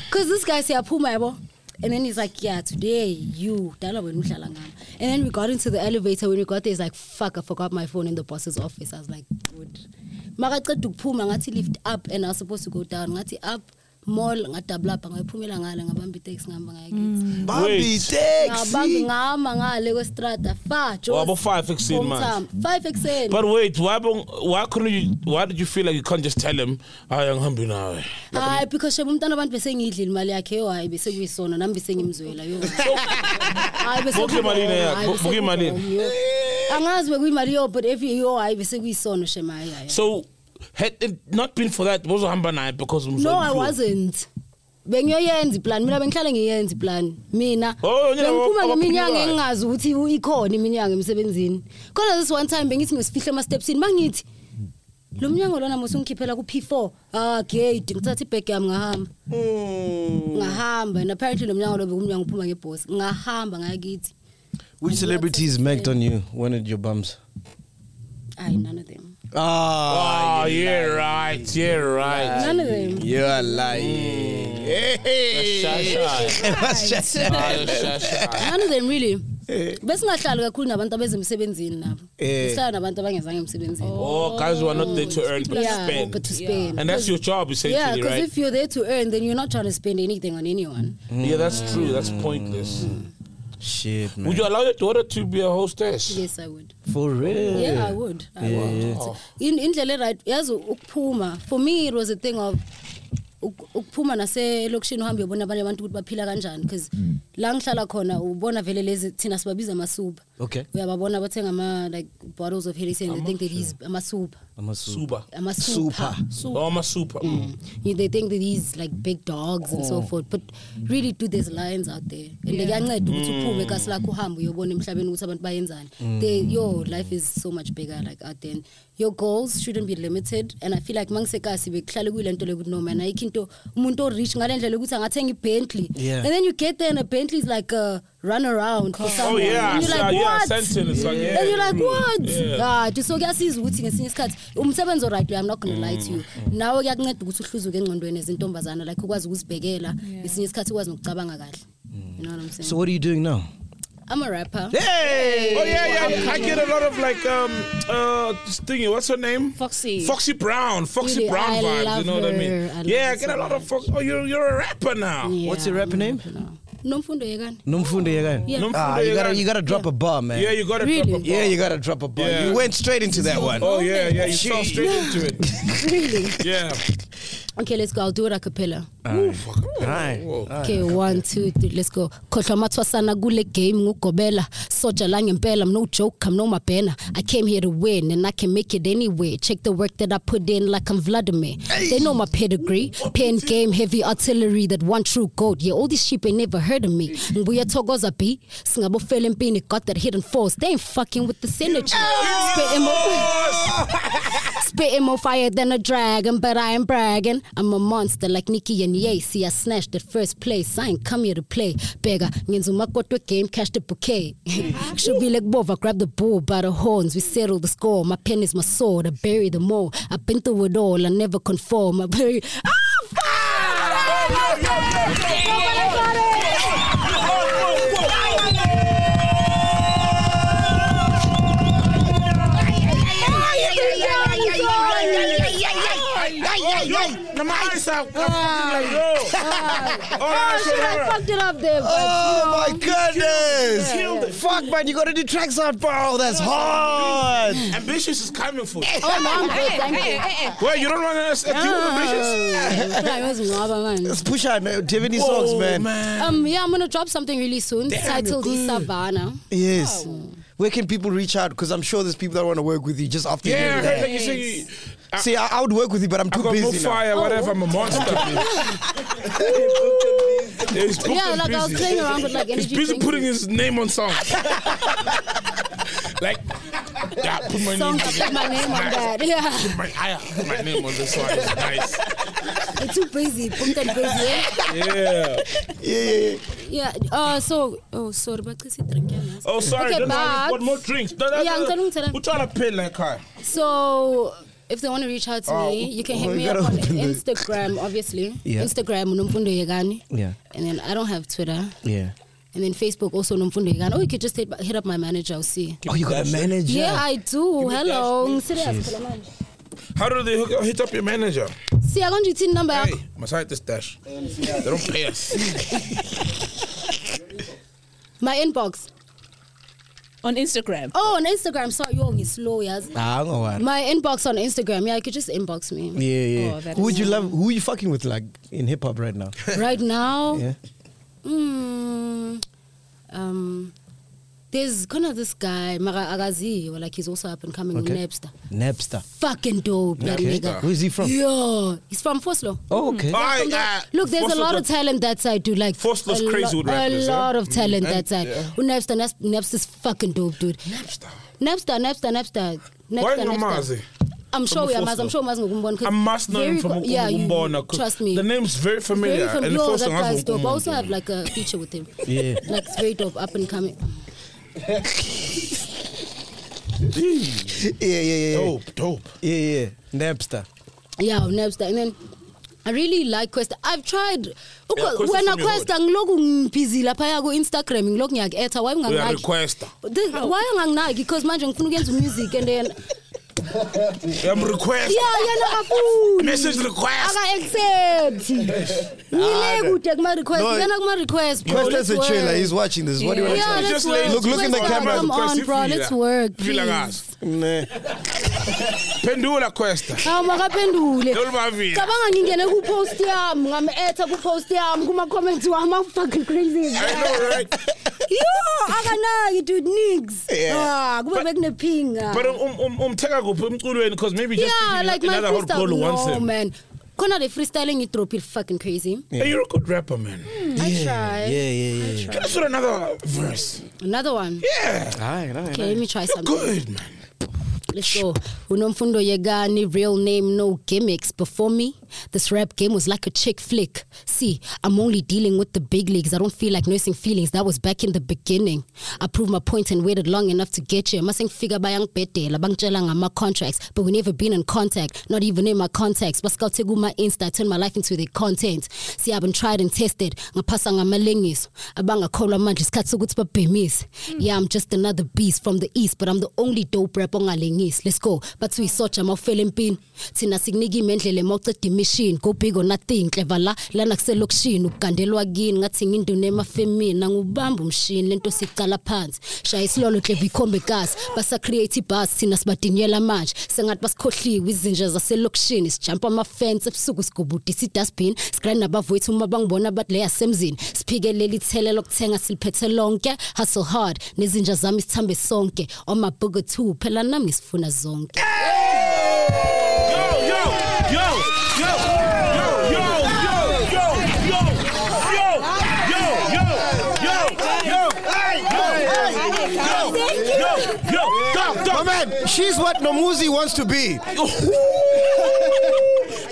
because this guy siyaphuma yabo and then he's like yeah today you dala wena udlala ngami and then we got into the elevator when we got there he's like fuck i forgot my phone in the boss's office i was like good makaceda ukuphuma ngathi lift up and i was supposed to go down ngathi up mall ngadouble up ngayiphumela ngala ngabamba itex ngihamba ngayakithi Bamba Wait. iteksi? ngabamba ngama ngale kwestrada fa Wabo five ekuseni manje. 5 ekuseni But wait, why bong- why couldn't you why did you feel like you can't just tell him "Ah, I am hungry now? eh?" hayi because sheba umntana abantu besengiyidla imali yakhe yo hayi bese kuyisona nami besengimzwela yo hayi bese Book imalini yakho, book imalini. angazi bekuyimali yo but every yo hayi bese kuyisona shema hayi hayi So had it not been for that, was hamba naye because I'm so no i blue. wasn't bengiyoyenza iplan mina bengihlale ngiyenza iplan mina Oh, yena bengiphuma waba- ngeminyanga wabaphinywayo. engingazi ukuthi u- ikhona iminyanga emsebenzini khona this one time bengithi ngiyosifihle emastepsini bangithi lo mnyango lona mosungikhiphela ku-p4 ah gate ngithatha ibhege yami ngahamba Hmm. ngahamba and apparently lo mnyango lo bekumnyango uphuma ngebhosi ngahamba ngayakithi Which celebrities magged on you? When did your bums? ayi none of them Oh, yeah, right, yeah, right. None of them. You are lying. Mm. none of them really besingahlali kakhulu nabantu abeza emsebenzini nabo Eh. sihlala nabantu abangezanga emsebenzini Oh, guys who are not there to earn but to Yeah, spend. but to spend. And that's your job essentially, yeah because right? Mm. if you're there to earn then you're not trying to spend anything on anyone yeah, that's true. That's pointless. Shit, Would you allow your daughter to be a hostess? yes i would For real? yeah i would I Yeah, would. yeah. So, in indlela right yazi ukuphuma for me it was a thing of uk- ukuphuma naselokishini uhambe uyobona abanye abantu ukuthi baphila kanjani because la ngihlala khona ubona vele lezi thina sibabiza amasuba Okay. uyababona bathenga ama like bottles of hennessy and they think that he's amasuba Super. amasupa Super. Oh, I'm a super. Mm. You- they think that he's like big dogs and so Oh. forth but really do there's lions out there and Yeah. kuyanceda ukuthi Mm. uphume kasi lakho uhambe uyobona emhlabeni ukuthi abantu bayenzani They- yo life is so much bigger like out there And your goals shouldn't be limited and i feel like mangisekasi bekuhlale kuyile nto lekuthi no man ayikho into umuntu orich ngale ndlela yokuthi angathenga ibentley Yeah. and then you get there and a bentley is like a run around for Oh someone yeah, and so, you're like yeah, what sentinel. It's like, yeah. and you're like true. what Yeah. right so kuyasiza ukuthi ngesinye isikhathi umsebenzi oright leyo i'm not gonna lie to you nawe kuyakunceda ukuthi uhluzuke engqondweni ezintombazana like ukwazi ukuzibhekela ngesinye isikhathi ukwazi nokucabanga kahle you know what i'm saying So what are you doing now? i'm a rapper Hey! Oh yeah, yeah. I get a lot of like um uh thingy. What's her name? Foxy. Foxy Brown. Foxy Really, Brown I vibes. love you know what I mean? her. I love yeah, I her get so a lot of Fox. Oh, you're you're a rapper now. What's your rapper name? nomfundo yekani Nomfunde Yegani. Yeah. Nomfundo Ah, you gotta Yegani. you gotta drop a bar, man. Yeah, you gotta drop a Really? bar. Yeah, you gotta drop a bar. Yeah. You went straight into that one. Oh yeah, yeah. You Shit. fell straight into it. really Yeah. okay let's go i'll do it a cappella Alright. okay one two three let's go khohlwa amathwasana kule game ngugobela soja la ngempela i'm no joke i'm no mabhena i came here to win and i can make it anywhere check the work that i put in like i'm vladimir they know my pedigree pen game heavy artillery that one true goat yeah all these sheep ain't never heard of me ngibuye thokoza b singabofela empini got that hidden force they ain't fucking with the synergy Spit in my- Spitting more fire than a dragon, but I ain't bragging. I'm a monster like Nikki and Ye. See, I snatched at first place. I ain't come here to play. Beggar, Nginzumakotwe game, catch the bouquet. Should be like Bova, grab the bull by the horns. We settle the score. My pen is my sword. I bury them all. I've been through it all. I never conform. I bury. Ah! hey, yo, now my eyes are fucking like, yo. Oh, Ah. shit, I fucked it up there. Oh my goodness! Killed it. Fuck man, you gotta do tracks out, bro. That's hard. Ambitious is coming for you. Oh, no, I'm good, thank you. Well, you don't want us to deal Ah. with ambitious? Let's push out, man. Do you have any songs, man? Um, yeah, I'm gonna drop something really soon Damn, titled you're good. Isabana. Yes. Where can people reach out? Because I'm sure there's people that want to work with you just after. you Yeah, do that. like you uh, say, you- I- See, I, I would work with you, but I'm I too got no busy now. fire, Oh, whatever, I'm a monster. He's fucking Yeah, like, I was busy. playing around with, like, He's energy busy drinks. putting his name on songs. like, yeah, put my Song, name I on put my name on that. Yeah, My, I put my name on this one. It's nice. it's too crazy. Punk that crazy. eh? Yeah. Yeah. Yeah. Uh, so, oh, sorry, but kasi drink yeah, man. Oh, sorry. Okay, don't worry. but What more drinks? No, Yeah, I'm telling- telling. We're trying to pay like her. so if they want to reach out to Oh, me, you can hit oh, me you up gotta on open the- Instagram, obviously. Yeah. Instagram, Nomfundo Yegani. Yeah. And then I don't have Twitter. Yeah. And then Facebook also Nomfundo Yegani. Or you could just hit, hit up my manager, I'll see. Oh, you got a manager? uh, Yeah, I do. Hello. Jeez. Serious. phela manje. How do they hook, hit up your manager? See, I got your team number. uh, yakho. Must hide this dash. They don't pay us. My inbox. On Instagram. Oh, on Instagram. Sorry, you're slow, yes. Nah, I don't know why. Mm. My inbox on Instagram. Yeah, you could just inbox me. Yeah, Oh, yeah. that who is would you nice. love? Who you fucking with, like in hip hop right now? right now. Yeah. Mm, um, there's kind of this guy Mara Agazi, well, like he's also up and coming Okay. with Napster. Napster. Fucking dope, that Okay. nigga. Where's he from? Yo, he's from Foslo. Oh, okay. Yeah, Aye, from there. aye. Look, there's Foslo's a lot got- of talent that side, dude. Like Foslo's a crazy lo- with rappers, A lot eh? of talent Mm, that side. and- With Napster, Nas- Napster's fucking dope, dude. Napster, Napster, Napster, Napster. Why Napster, Namazi? I'm sure From we are Maz. Foslo. I'm sure Maz Ngumbon. 'cause I must know him very from co- yeah, you- Ukumbona. Trust me. The name's very familiar. Very from and yo, first that one has guy's dope. I Ukumbona. also have like a feature with him. Yeah. Like it's very dope, up and coming. yeah, yeah, yeah. Dope, dope. Yeah, yeah. Napster. Yeah, of Napster. And then I really like Quest. I've tried Yeah, Quest is when I from your Quest ngiloku ngibhizi lapha ku Instagram ngiloku ngiyakuetha why We are unganginaki? requester. Then Why unganginaki? Because manje ngifuna ukwenza music and then I'm request. yeah, yena akafuni. Message Ah, request. Aka accept. Ngile kude kuma request. No, Yena kuma request. bro, Quest is a let's chiller. work. He's watching this. What do you want to Yeah, tell him? let's work. Look, look in the Quest, camera. Come Quest, on, if bro. you Let's like- work. if you like please. us. Nah. Pendula questa. hawu Ah, makaphendule Lolubavila. cabanga ngingene ku-post yami ngam-etha ku-post yami kuma-comments wami aku-fucking crazy I know, right? yo akanaki dude nix ah kube bekunephinga But um, um, um, um, take a go, um, because maybe just yeah picking like my another hot freestyle girl wants no him. man khona le freestyle engiyidropile fucking crazy Hey, you're a good rapper, man. I try yeah, Hmm. yeah. Give us another verse. another one Yeah. Aye, aye, okay let me try something Good, man. Let's go. Unomfundo Yegani, real name, no gimmicks. Before me, this rap game was like a chick flick. See, I'm only dealing with the big leagues. I don't feel like nursing feelings. That was back in the beginning. I proved my point and waited long enough to get you. Masing figure bayang pete, labang jelang my contracts. But we never been in contact, not even in my contacts. Pascal Tegu, my Insta, turned my life into the content. See, I've been tried and tested. Ngapasa ngamalengiso. Abanga kola manje, skatsu gutspa bemis. Yeah, I'm just another beast from the east, but I'm the only dope rapper ngalengis. Let's go. But we socha mawufela empini. Thina sikunika imendlele mawuceda imishini. Go big or nothing. Clever la. Lana kuselokishini ukugandelwa kini ngathi nginduna emafemini nangubamba umshini lento sicala phansi. Shaya isilolo clever ikhombe kasi. Basa create ibus thina sibadinyela manje. Sengathi basikhohliwe izinja zaselokishini sijampa amafence ebusuku sigubudi sidustbin. Sigrand nabavowethu uma bangibona bathi leya semzini. Siphikelele ithele lokuthenga siliphethe lonke. Hustle hard. Nezinja zami sithambe sonke. On my booger too. Phela nami sifuna zonke. Yo, yo, yo, yo, yo, yo, yo, yo, yo, yo, yo, yo, yo, yo, hey, yo, hey, yo, yo, yo, yo, yo. My man, she's what Nomuzi wants to be.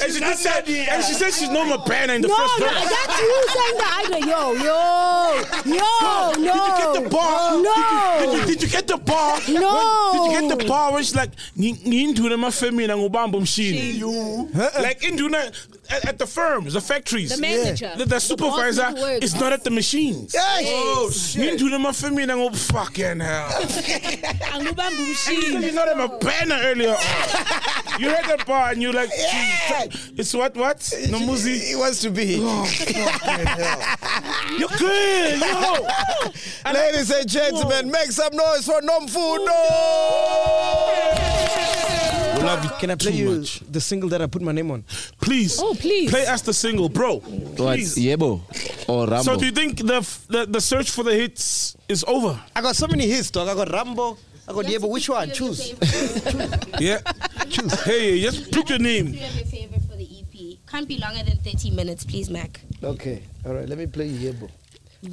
And she just said, and she said she's not my banner in the No, first no, verse. that's you saying that either. Yo, yo, yo, Did you no. get the bar? No. Did you, did you, did you get the bar? No. When, did you get the bar when she's like, "Nginduna mafemina ngubamba umshini." Like Induna at, at the firms, the factories, The manager. the, the The boss supervisor never works. is not at the machines. Yes. Oh shit! Nginduna mafemina ngob fucking hell. Angubamba And you said umshini. you're not in my banner earlier on. you heard that bar and you're like, yeah. It's what what? Nomuzi. He wants to be. You're good, yo. Ladies and gentlemen, make some noise for Nomfundo. We love you Can I play you the single that I put my name on? Please. Oh, please. Play us the single, bro. What? Please. Yebo or Rambo? So do you think the, f- the the search for the hits is over? I got so many hits, dog. I got Rambo. I got Yebo. Which one? Choose. Yeah. Choose. Hey, just put your name. Do me a favor for the EP. Can't be longer than 30 minutes, please, Mac. Okay. All right. Let me play you Yebo.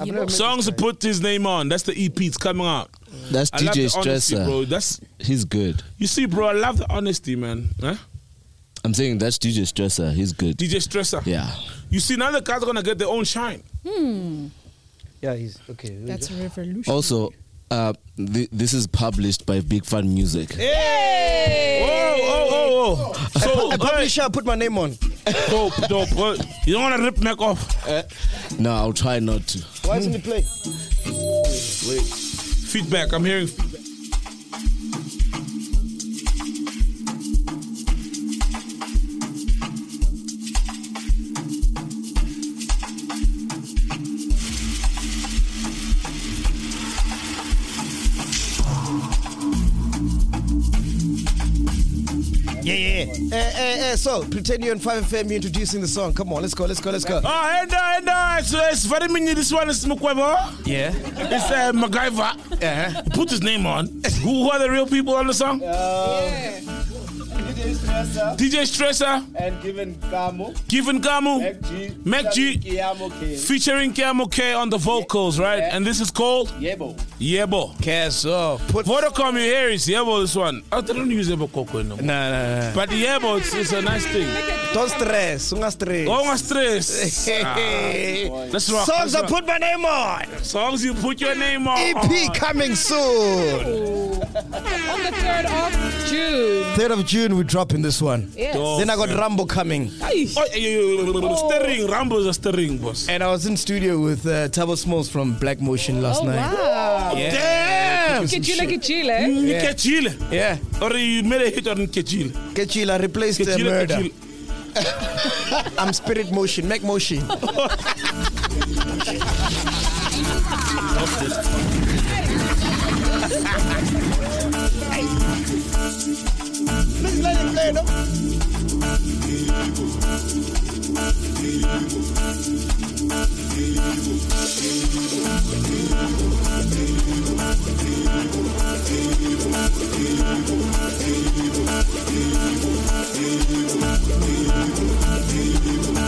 I'm Yebo. gonna make Songs this to put his name on. That's the EP. It's coming out. That's I love DJ the honesty, Stresser. bro. That's He's good. you see, bro. I love the honesty, man. Huh? I'm saying that's DJ Stresser. He's good. DJ Stresser. Yeah. You see, now the guys are gonna get their own shine. Hmm. Yeah, he's okay. That's revolution. Also, uh, th- this is published by Big Fun Music. Eh? Hey! Oh, oh, oh, oh. So, I publisher, I put my name on. dope, dope. bro. You don't wanna rip Mac off. No, I'll try not to. Why isn't he play? Feedback. I'm hearing feedback. Yeah, yeah. Eh, eh, eh, so, pretend you're on 5FM, you're introducing the song. Come on, let's go, let's go, let's go. Oh, and uh, and uh, so it's very mini. This one is Mukwebo. Yeah. It's uh, MacGyver. Uh-huh. Put his name on. Who, who are the real people on the song? DJ Stresser DJ Stresser, and given Gamo. Given Gamu, Mac G. Mac G. Kiamo K. featuring Kiamo K on the vocals, right? And this is called Yebo. Yebo. Keso. Put Vodacom, you hear it's Yebo, this one. I don't use Yebo Coco no more. Nah, nah, nah. But Yebo, it's, it's a nice thing. Don't stress. Unga stress. Oh, my stress. Hey. Ah. Let's rock. Songs I let's rock. put my name on. Songs you put your name on. Oh, EP coming soon. On the 3rd of June. 3rd of June, we're dropping this one. Yes. Dope, Then I got man. Rambo coming. Oh, yeah, yeah, yeah, yeah, yeah, Stirring, Rambo's a stirring, boss. And I was in studio with uh, Tabo Smalls from Black Motion last Oh, night. wow. Yeah. Damn! Look at you, look at you, You eh? yeah. Yeah. Yeah. Or you made a hit on Kechil. Ketchil, I replaced uh, Kechil, Murder. Kechil. I'm Spirit Motion, Mac Motion. Please let him play, no?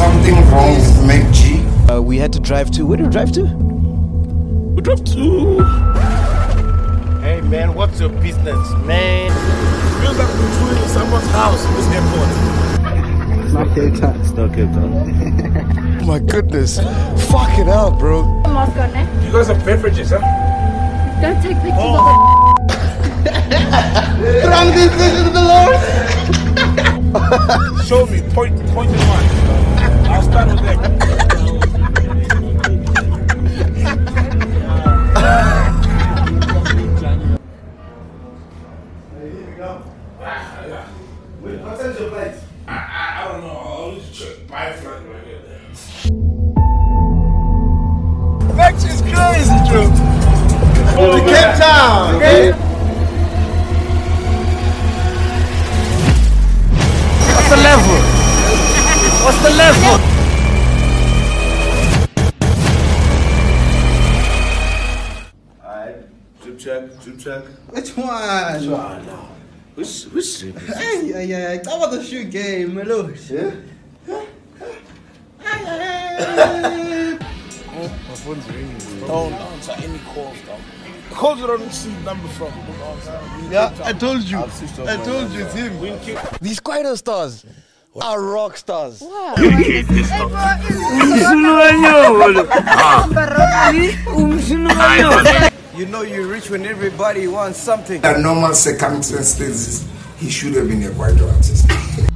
Something wrong with Mac G. Uh, we had to drive to. Where did we drive to? We dropped two. Hey man, what's your business, man? Feels like we're doing in someone's house in this airport. It's not Cape Town. It's not Cape Town. my goodness. Fucking hell, bro. You guys have beverages, huh? Don't take pictures Wrong decision, the Lord. Show me, point, point to mine. I'll start with that. That shit's crazy, Drew. To Cape Town, okay? What's the level? What's the level? Alright, drip check, drip check. Which one? Which one? Which, which? Hey, yeah, yeah, that was a shoot game, hello. Oh, my phone's ringing. Don't answer any calls, dog. Calls you don't see number from. Don't answer. Yeah, I told you. I told you, it's him. Win kick. These Quaido stars are rock stars. You know you're rich when everybody wants something. Under normal circumstances, he should have been a white artist.